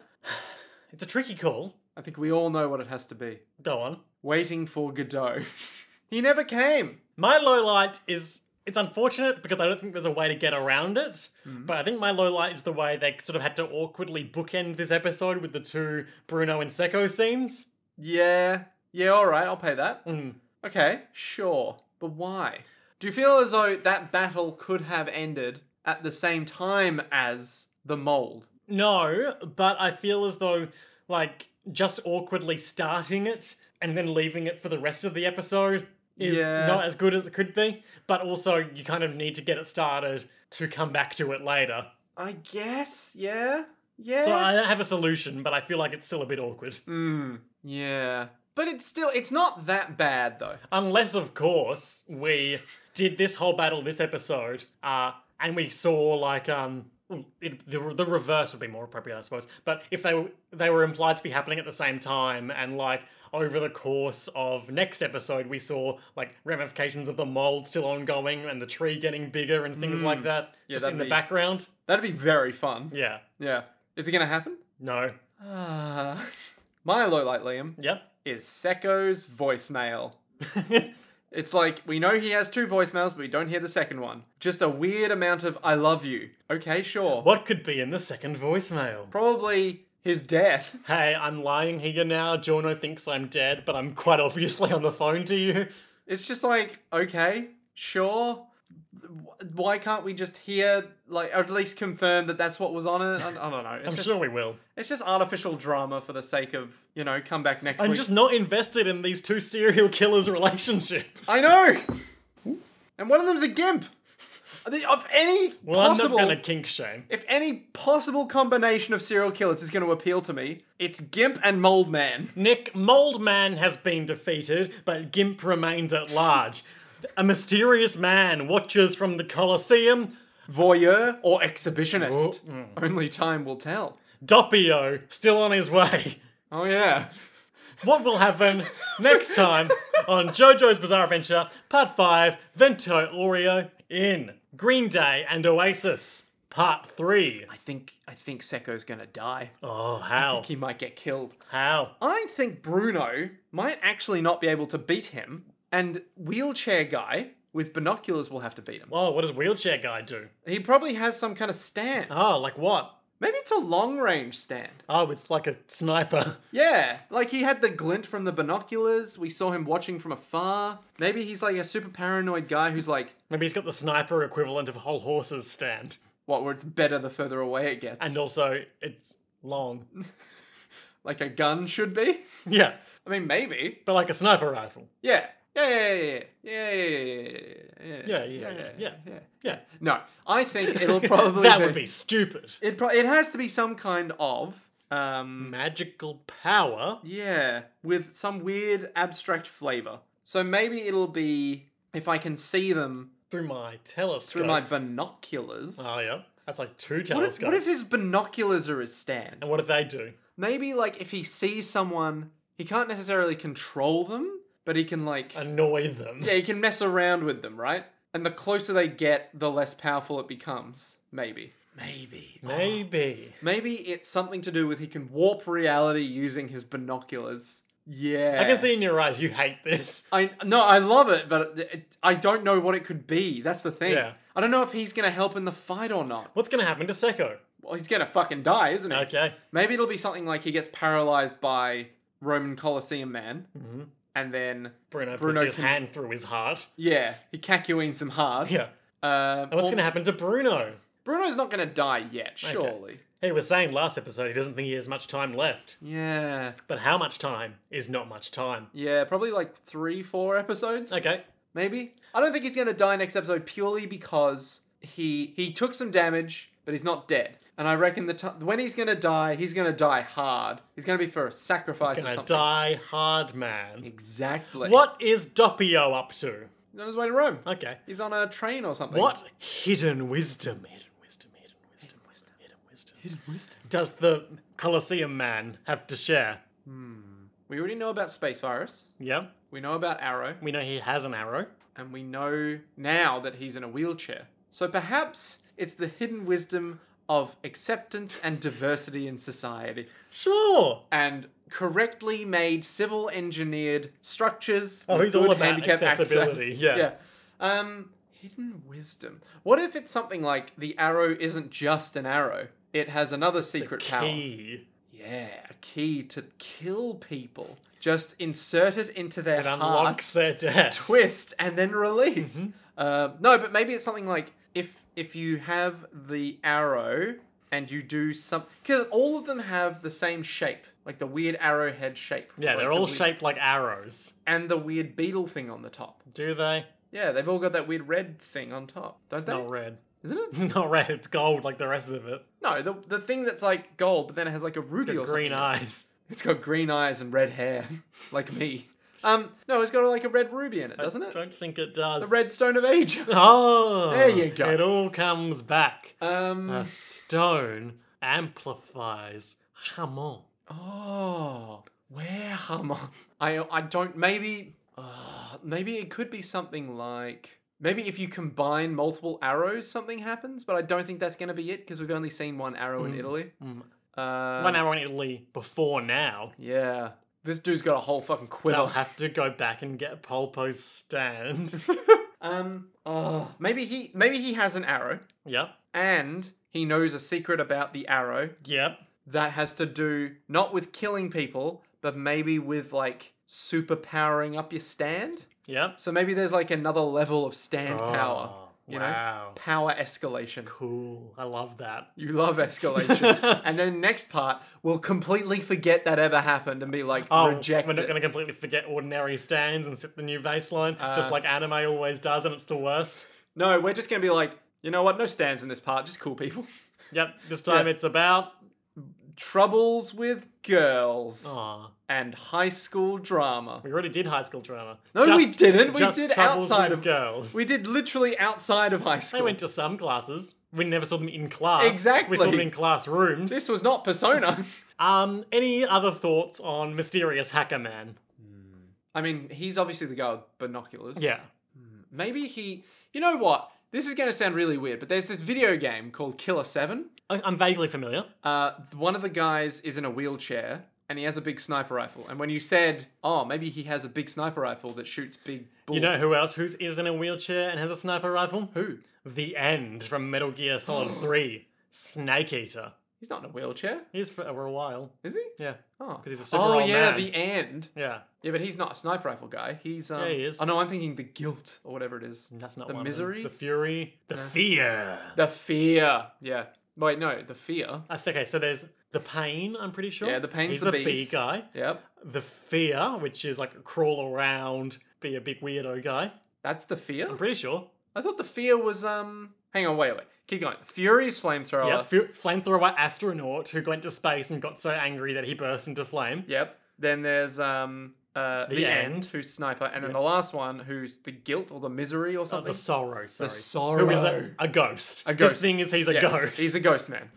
Speaker 1: It's a tricky call.
Speaker 2: I think we all know what it has to be.
Speaker 1: Go on.
Speaker 2: Waiting for Godot. he never came.
Speaker 1: My low light is it's unfortunate because I don't think there's a way to get around it.
Speaker 2: Mm-hmm.
Speaker 1: But I think my low light is the way they sort of had to awkwardly bookend this episode with the two Bruno and Secco scenes.
Speaker 2: Yeah. Yeah, all right, I'll pay that.
Speaker 1: Mm.
Speaker 2: Okay, sure. But why? Do you feel as though that battle could have ended at the same time as the mold?
Speaker 1: No, but I feel as though like just awkwardly starting it and then leaving it for the rest of the episode is
Speaker 2: Yeah.
Speaker 1: not as good as it could be. But also you kind of need to get it started to come back to it later.
Speaker 2: I guess, yeah. Yeah.
Speaker 1: So I don't have a solution, but I feel like it's still a bit awkward.
Speaker 2: Mm, yeah. But it's still it's not that bad though.
Speaker 1: Unless, of course, we did this whole battle this episode, uh, and we saw like um, it, the the reverse would be more appropriate, I suppose. But if they were they were implied to be happening at the same time, and like over the course of next episode, we saw like ramifications of the mold still ongoing and the tree getting bigger and things like that, just in
Speaker 2: Mm. that'd
Speaker 1: the
Speaker 2: be-
Speaker 1: background.
Speaker 2: That'd be very fun.
Speaker 1: Yeah.
Speaker 2: Yeah. Is it gonna happen?
Speaker 1: No.
Speaker 2: Ah. my low light, Liam,
Speaker 1: Yep.
Speaker 2: is Seko's voicemail. It's like we know he has two voicemails, but we don't hear the second one. Just a weird amount of "I love you." Okay, sure.
Speaker 1: what could be in the second voicemail?
Speaker 2: Probably his death.
Speaker 1: Hey, I'm lying here now. Jorno thinks I'm dead, but I'm quite obviously on the phone to you.
Speaker 2: It's just like okay, sure. Wh- Why can't we just hear like or at least confirm that that's what was on it? I, I don't know. It's
Speaker 1: I'm
Speaker 2: just
Speaker 1: sure we will.
Speaker 2: it's just artificial drama for the sake of you know come back next
Speaker 1: I'm
Speaker 2: week.
Speaker 1: just not invested in these two serial killers' relationship.
Speaker 2: I know. And one of them's a gimp. I think Of any
Speaker 1: Well,
Speaker 2: possible.
Speaker 1: I'm not gonna kink shame.
Speaker 2: If any possible combination of serial killers is going to appeal to me, it's Gimp and Mold Man.
Speaker 1: Nick, Mold Man has been defeated, but Gimp remains at large. A mysterious man watches from the Colosseum.
Speaker 2: Voyeur or exhibitionist?
Speaker 1: Oh, mm.
Speaker 2: Only time will tell.
Speaker 1: Doppio, still on his way.
Speaker 2: Oh, yeah.
Speaker 1: What will happen next time on JoJo's Bizarre Adventure, Part 5, Vento Oreo in Green Day and Oasis, Part 3.
Speaker 2: I think I think Seko's going to die.
Speaker 1: Oh, how?
Speaker 2: He might get killed.
Speaker 1: How?
Speaker 2: I think Bruno might actually not be able to beat him, and wheelchair guy with binoculars will have to beat him.
Speaker 1: Oh, what does Wheelchair Guy do?
Speaker 2: He probably has some kind of stand.
Speaker 1: Oh, like what?
Speaker 2: Maybe it's a long range stand.
Speaker 1: Oh, it's like a sniper.
Speaker 2: Yeah, like he had the glint from the binoculars. We saw him watching from afar. Maybe he's like a super paranoid guy who's like,
Speaker 1: Maybe he's got the sniper equivalent of a whole horse's stand.
Speaker 2: what, where it's better the further away it gets.
Speaker 1: And also, it's long.
Speaker 2: like a gun should be.
Speaker 1: Yeah,
Speaker 2: I mean, maybe.
Speaker 1: but like a sniper rifle.
Speaker 2: Yeah. Yeah, yeah, yeah, yeah, yeah, yeah,
Speaker 1: Yeah, yeah, yeah, yeah.
Speaker 2: yeah.
Speaker 1: Yeah.
Speaker 2: No, I think it'll probably
Speaker 1: that
Speaker 2: be,
Speaker 1: would be stupid.
Speaker 2: It, pro- it has to be some kind of um
Speaker 1: Magical power.
Speaker 2: Yeah, with some weird abstract flavor. So maybe it'll be if I can see them
Speaker 1: Through my telescope.
Speaker 2: through my binoculars.
Speaker 1: Oh, yeah. That's like two
Speaker 2: What if,
Speaker 1: telescopes.
Speaker 2: what if his binoculars are his stand?
Speaker 1: And what do they do?
Speaker 2: Maybe like if he sees someone, he can't necessarily control them, but he can like
Speaker 1: Annoy them.
Speaker 2: yeah, he can mess around with them, right? and the closer they get, the less powerful it becomes. Maybe. Maybe.
Speaker 1: Maybe.
Speaker 2: Maybe it's something to do with he can warp reality using his binoculars. Yeah.
Speaker 1: I can see in your eyes you hate this.
Speaker 2: I no, I love it, but it, I don't know what it could be. That's the thing.
Speaker 1: Yeah.
Speaker 2: I don't know if he's gonna help in the fight or not.
Speaker 1: What's going to happen to Seko?
Speaker 2: Well, he's gonna fucking die, isn't he?
Speaker 1: Okay.
Speaker 2: Maybe it'll be something like he gets paralyzed by Roman Colosseum Man,
Speaker 1: Mhm.
Speaker 2: and then
Speaker 1: Bruno,
Speaker 2: Bruno
Speaker 1: puts his
Speaker 2: can-
Speaker 1: hand through his heart.
Speaker 2: yeah, he cacuines him hard.
Speaker 1: Yeah.
Speaker 2: Um,
Speaker 1: And what's
Speaker 2: or-
Speaker 1: going to happen to Bruno?
Speaker 2: Bruno's not gonna die yet, surely.
Speaker 1: He was saying last episode he doesn't think he has much time left.
Speaker 2: Yeah.
Speaker 1: But how much time is not much time?
Speaker 2: Yeah, probably like three, four episodes.
Speaker 1: Okay.
Speaker 2: maybe. I don't think he's gonna die next episode purely because he he took some damage, but he's not dead. And I reckon the t- when he's gonna die, he's gonna die hard. He's gonna be for a sacrifice
Speaker 1: He's
Speaker 2: or
Speaker 1: going to
Speaker 2: something.
Speaker 1: die hard, man.
Speaker 2: Exactly.
Speaker 1: What is Doppio up to?
Speaker 2: He's on his way to Rome.
Speaker 1: Okay.
Speaker 2: He's on a train or something.
Speaker 1: What hidden wisdom, hidden wisdom, hidden wisdom, wisdom, hidden wisdom,
Speaker 2: Wisdom.
Speaker 1: does the Colosseum man have to share?
Speaker 2: We already know about Space Virus.
Speaker 1: Yeah.
Speaker 2: We know about Arrow,
Speaker 1: We know he has an arrow.
Speaker 2: and we know now that he's in a wheelchair. So perhaps it's the hidden wisdom of acceptance and diversity in society.
Speaker 1: Sure.
Speaker 2: and correctly made civil engineered structures.
Speaker 1: Oh,
Speaker 2: with
Speaker 1: he's all
Speaker 2: good
Speaker 1: about
Speaker 2: handicap access.
Speaker 1: accessibility, yeah.
Speaker 2: Yeah. Um, hidden wisdom. What if it's something like the arrow isn't just an arrow? It has another secret power.
Speaker 1: Key.
Speaker 2: Yeah, a key to kill people. Just insert it into their
Speaker 1: It
Speaker 2: heart,
Speaker 1: unlocks their death.
Speaker 2: twist, and then release.
Speaker 1: Mm-hmm.
Speaker 2: Uh, no, but maybe it's something like if if you have the arrow and you do some because all of them have the same shape, like the weird arrowhead shape.
Speaker 1: Yeah,
Speaker 2: like
Speaker 1: they're
Speaker 2: the
Speaker 1: all
Speaker 2: weird-
Speaker 1: shaped like arrows.
Speaker 2: and the weird beetle thing on the top.
Speaker 1: Do they?
Speaker 2: Yeah, they've all got that weird red thing on top, don't they?
Speaker 1: Not red.
Speaker 2: Isn't it?
Speaker 1: It's not red, it's gold like the rest of it.
Speaker 2: No, the the thing that's like gold, but then it has like a ruby
Speaker 1: Got
Speaker 2: or
Speaker 1: green
Speaker 2: something.
Speaker 1: eyes.
Speaker 2: It's got green eyes and red hair, like me. Um, no, it's got like a red ruby in it, doesn't it?
Speaker 1: Don't think it does.
Speaker 2: The red stone of age.
Speaker 1: Oh,
Speaker 2: There you go.
Speaker 1: It all comes back.
Speaker 2: Um,
Speaker 1: A stone amplifies jamon.
Speaker 2: Oh, where Hummer? I I don't maybe uh, maybe it could be something like maybe if you combine multiple arrows something happens, but I don't think that's going to be it because we've only seen one arrow in Italy. Uh,
Speaker 1: One hour in Italy before now.
Speaker 2: Yeah, this dude's got a whole fucking
Speaker 1: They'll
Speaker 2: quiver.
Speaker 1: have to go back and get Polpo's stand.
Speaker 2: um, oh, maybe he maybe he has an arrow
Speaker 1: yep,
Speaker 2: and he knows a secret about the arrow
Speaker 1: yep.
Speaker 2: that has to do not with killing people, but maybe with like superpowering up your stand.
Speaker 1: Yep.
Speaker 2: So maybe there's like another level of stand power.
Speaker 1: Oh,
Speaker 2: you know?
Speaker 1: wow.
Speaker 2: Power escalation.
Speaker 1: Cool. I love that.
Speaker 2: You love escalation. and then next part, we'll completely forget that ever happened and be like,
Speaker 1: Oh,
Speaker 2: reject
Speaker 1: we're not
Speaker 2: it.
Speaker 1: going to completely forget ordinary stands and set the new baseline,
Speaker 2: Uh,
Speaker 1: just like anime always does, and it's the worst.
Speaker 2: No, we're just going to be like, you know what? No stands in this part, just cool people.
Speaker 1: Yep. This time
Speaker 2: Yeah.
Speaker 1: it's about.
Speaker 2: Troubles with girls
Speaker 1: Aw.
Speaker 2: and high school drama.
Speaker 1: We already did high school drama.
Speaker 2: No, we didn't. We
Speaker 1: just
Speaker 2: did
Speaker 1: troubles
Speaker 2: outside
Speaker 1: with
Speaker 2: of-
Speaker 1: girls.
Speaker 2: We did literally outside of high
Speaker 1: They
Speaker 2: school.
Speaker 1: went to some classes. We never saw them in class.
Speaker 2: Exactly.
Speaker 1: We saw them in classrooms.
Speaker 2: this was not Persona.
Speaker 1: Um, any other thoughts on Mysterious Hacker Man?
Speaker 2: I mean, he's obviously the guy with binoculars.
Speaker 1: Yeah.
Speaker 2: Maybe he. You know what? This is going to sound really weird, but there's this video game called Killer 7.
Speaker 1: I- I'm vaguely familiar.
Speaker 2: Uh, one of the guys is in a wheelchair and he has a big sniper rifle. And when you said, oh, maybe he has a big sniper rifle that shoots big bullets.
Speaker 1: You know who else who's is in a wheelchair and has a sniper rifle?
Speaker 2: who?
Speaker 1: The End from Metal Gear Solid 3. Snake Eater.
Speaker 2: He's not in a wheelchair,
Speaker 1: He's for a while.
Speaker 2: is he?
Speaker 1: Yeah.
Speaker 2: Oh,
Speaker 1: 'Cause he's a super
Speaker 2: Oh,
Speaker 1: old
Speaker 2: yeah,
Speaker 1: man.
Speaker 2: the end.
Speaker 1: Yeah.
Speaker 2: Yeah, but he's not a sniper rifle guy. He's. Um,
Speaker 1: Yeah, he is.
Speaker 2: Oh, no, I'm thinking the guilt or whatever it is.
Speaker 1: That's not
Speaker 2: The
Speaker 1: one of them.
Speaker 2: misery?
Speaker 1: The fury. The fear.
Speaker 2: The fear. Yeah. Wait, no, the fear.
Speaker 1: I think, okay, so there's the pain, I'm pretty sure.
Speaker 2: Yeah, the pain's
Speaker 1: He's
Speaker 2: the
Speaker 1: the bee
Speaker 2: beast.
Speaker 1: guy.
Speaker 2: Yep.
Speaker 1: The fear, which is like crawl around, be a big weirdo guy.
Speaker 2: That's the fear?
Speaker 1: I'm pretty sure.
Speaker 2: I thought the fear was um. Hang on, wait, wait. Keep going. Fury's flamethrower.
Speaker 1: Yeah, fu- flamethrower astronaut who went to space and got so angry that he burst into flame.
Speaker 2: Yep. Then there's um. Uh, the, end.
Speaker 1: End.
Speaker 2: who's sniper, and then the last one, who's the guilt or the misery or something.
Speaker 1: Oh, The sorrow, sorry.
Speaker 2: sorrow.
Speaker 1: Who is a, a ghost.
Speaker 2: A ghost.
Speaker 1: His thing is he's a
Speaker 2: Yes,
Speaker 1: ghost.
Speaker 2: He's a ghost man.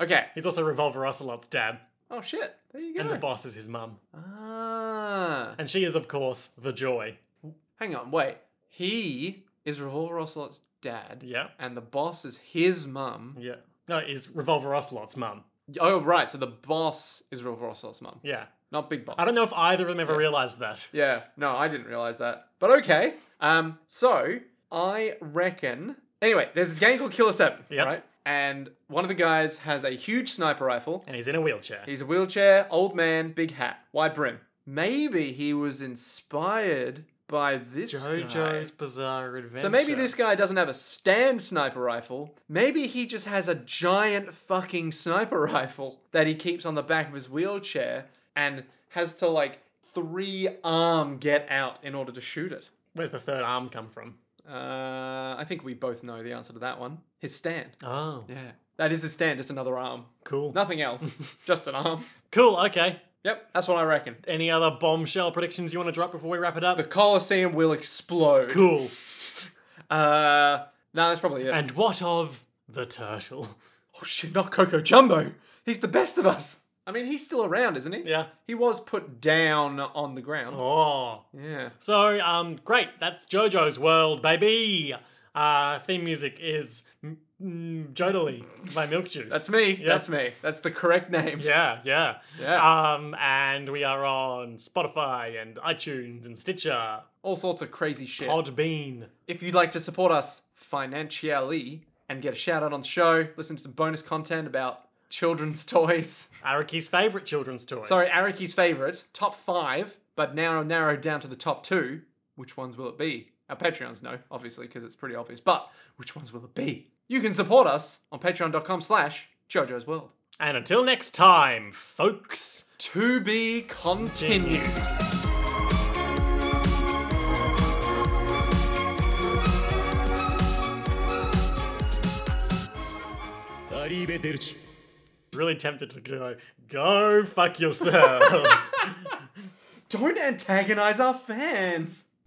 Speaker 2: Okay.
Speaker 1: He's also Revolver Ocelot's dad,
Speaker 2: Oh shit. There you go.
Speaker 1: and the boss is his mum.
Speaker 2: ah.
Speaker 1: And she is, of course, the joy.
Speaker 2: Hang on, wait. He is Revolver Ocelot's dad.
Speaker 1: Yeah.
Speaker 2: And the boss is his mum.
Speaker 1: Yeah. No, is Revolver Ocelot's mum.
Speaker 2: Oh, right. So the boss is Revolver Ocelot's mum,
Speaker 1: Yeah.
Speaker 2: not Big Boss.
Speaker 1: I don't know if either of them ever realized that.
Speaker 2: Yeah, no, I didn't realize that. But okay. Um, so I reckon. Anyway, there's this game called Killer Seven,
Speaker 1: Yep.
Speaker 2: right? And one of the guys has a huge sniper rifle.
Speaker 1: And he's in a wheelchair.
Speaker 2: He's a wheelchair, old man, big hat, wide brim. Maybe he was inspired by this guy.
Speaker 1: JoJo's Bizarre Adventure.
Speaker 2: So maybe this guy doesn't have a stand sniper rifle. Maybe he just has a giant fucking sniper rifle that he keeps on the back of his wheelchair and has to like three arm get out in order to shoot it.
Speaker 1: Where's the third arm come from?
Speaker 2: Uh, I think we both know the answer to that one. His stand.
Speaker 1: Oh,
Speaker 2: Yeah. That is his stand, just another arm.
Speaker 1: cool.
Speaker 2: Nothing else, just an arm.
Speaker 1: Cool, okay.
Speaker 2: Yep, that's what I reckon.
Speaker 1: Any other bombshell predictions you want to drop before we wrap it up?
Speaker 2: The Colosseum will explode.
Speaker 1: cool.
Speaker 2: Uh, no, that's probably it.
Speaker 1: And what of the turtle?
Speaker 2: Oh shit, not Coco Jumbo. He's the best of us. I mean, he's still around, isn't he?
Speaker 1: Yeah.
Speaker 2: He was put down on the ground.
Speaker 1: Oh.
Speaker 2: Yeah.
Speaker 1: So, um, great. That's JoJo's World, baby. Uh, theme music is mm, mm, Jodely by Milk Juice.
Speaker 2: That's me.
Speaker 1: Yeah.
Speaker 2: That's me. That's the correct name.
Speaker 1: Yeah, yeah.
Speaker 2: Yeah.
Speaker 1: Um, and we are on Spotify and iTunes and Stitcher,
Speaker 2: All sorts of crazy shit.
Speaker 1: Podbean.
Speaker 2: If you'd like to support us financially and get a shout out on the show, listen to some bonus content about children's toys.
Speaker 1: Araki's favourite children's toys.
Speaker 2: Sorry, Araki's favorite, top five, but now narrowed down to the top two. Which ones will it be? Our Patreons know, obviously, because it's pretty obvious. But which ones will it be? You can support us on patreon.com slash JoJo's World.
Speaker 1: and until next time, folks.
Speaker 2: To be continued.
Speaker 1: Really tempted to go, go fuck yourself.
Speaker 2: Don't antagonize our fans.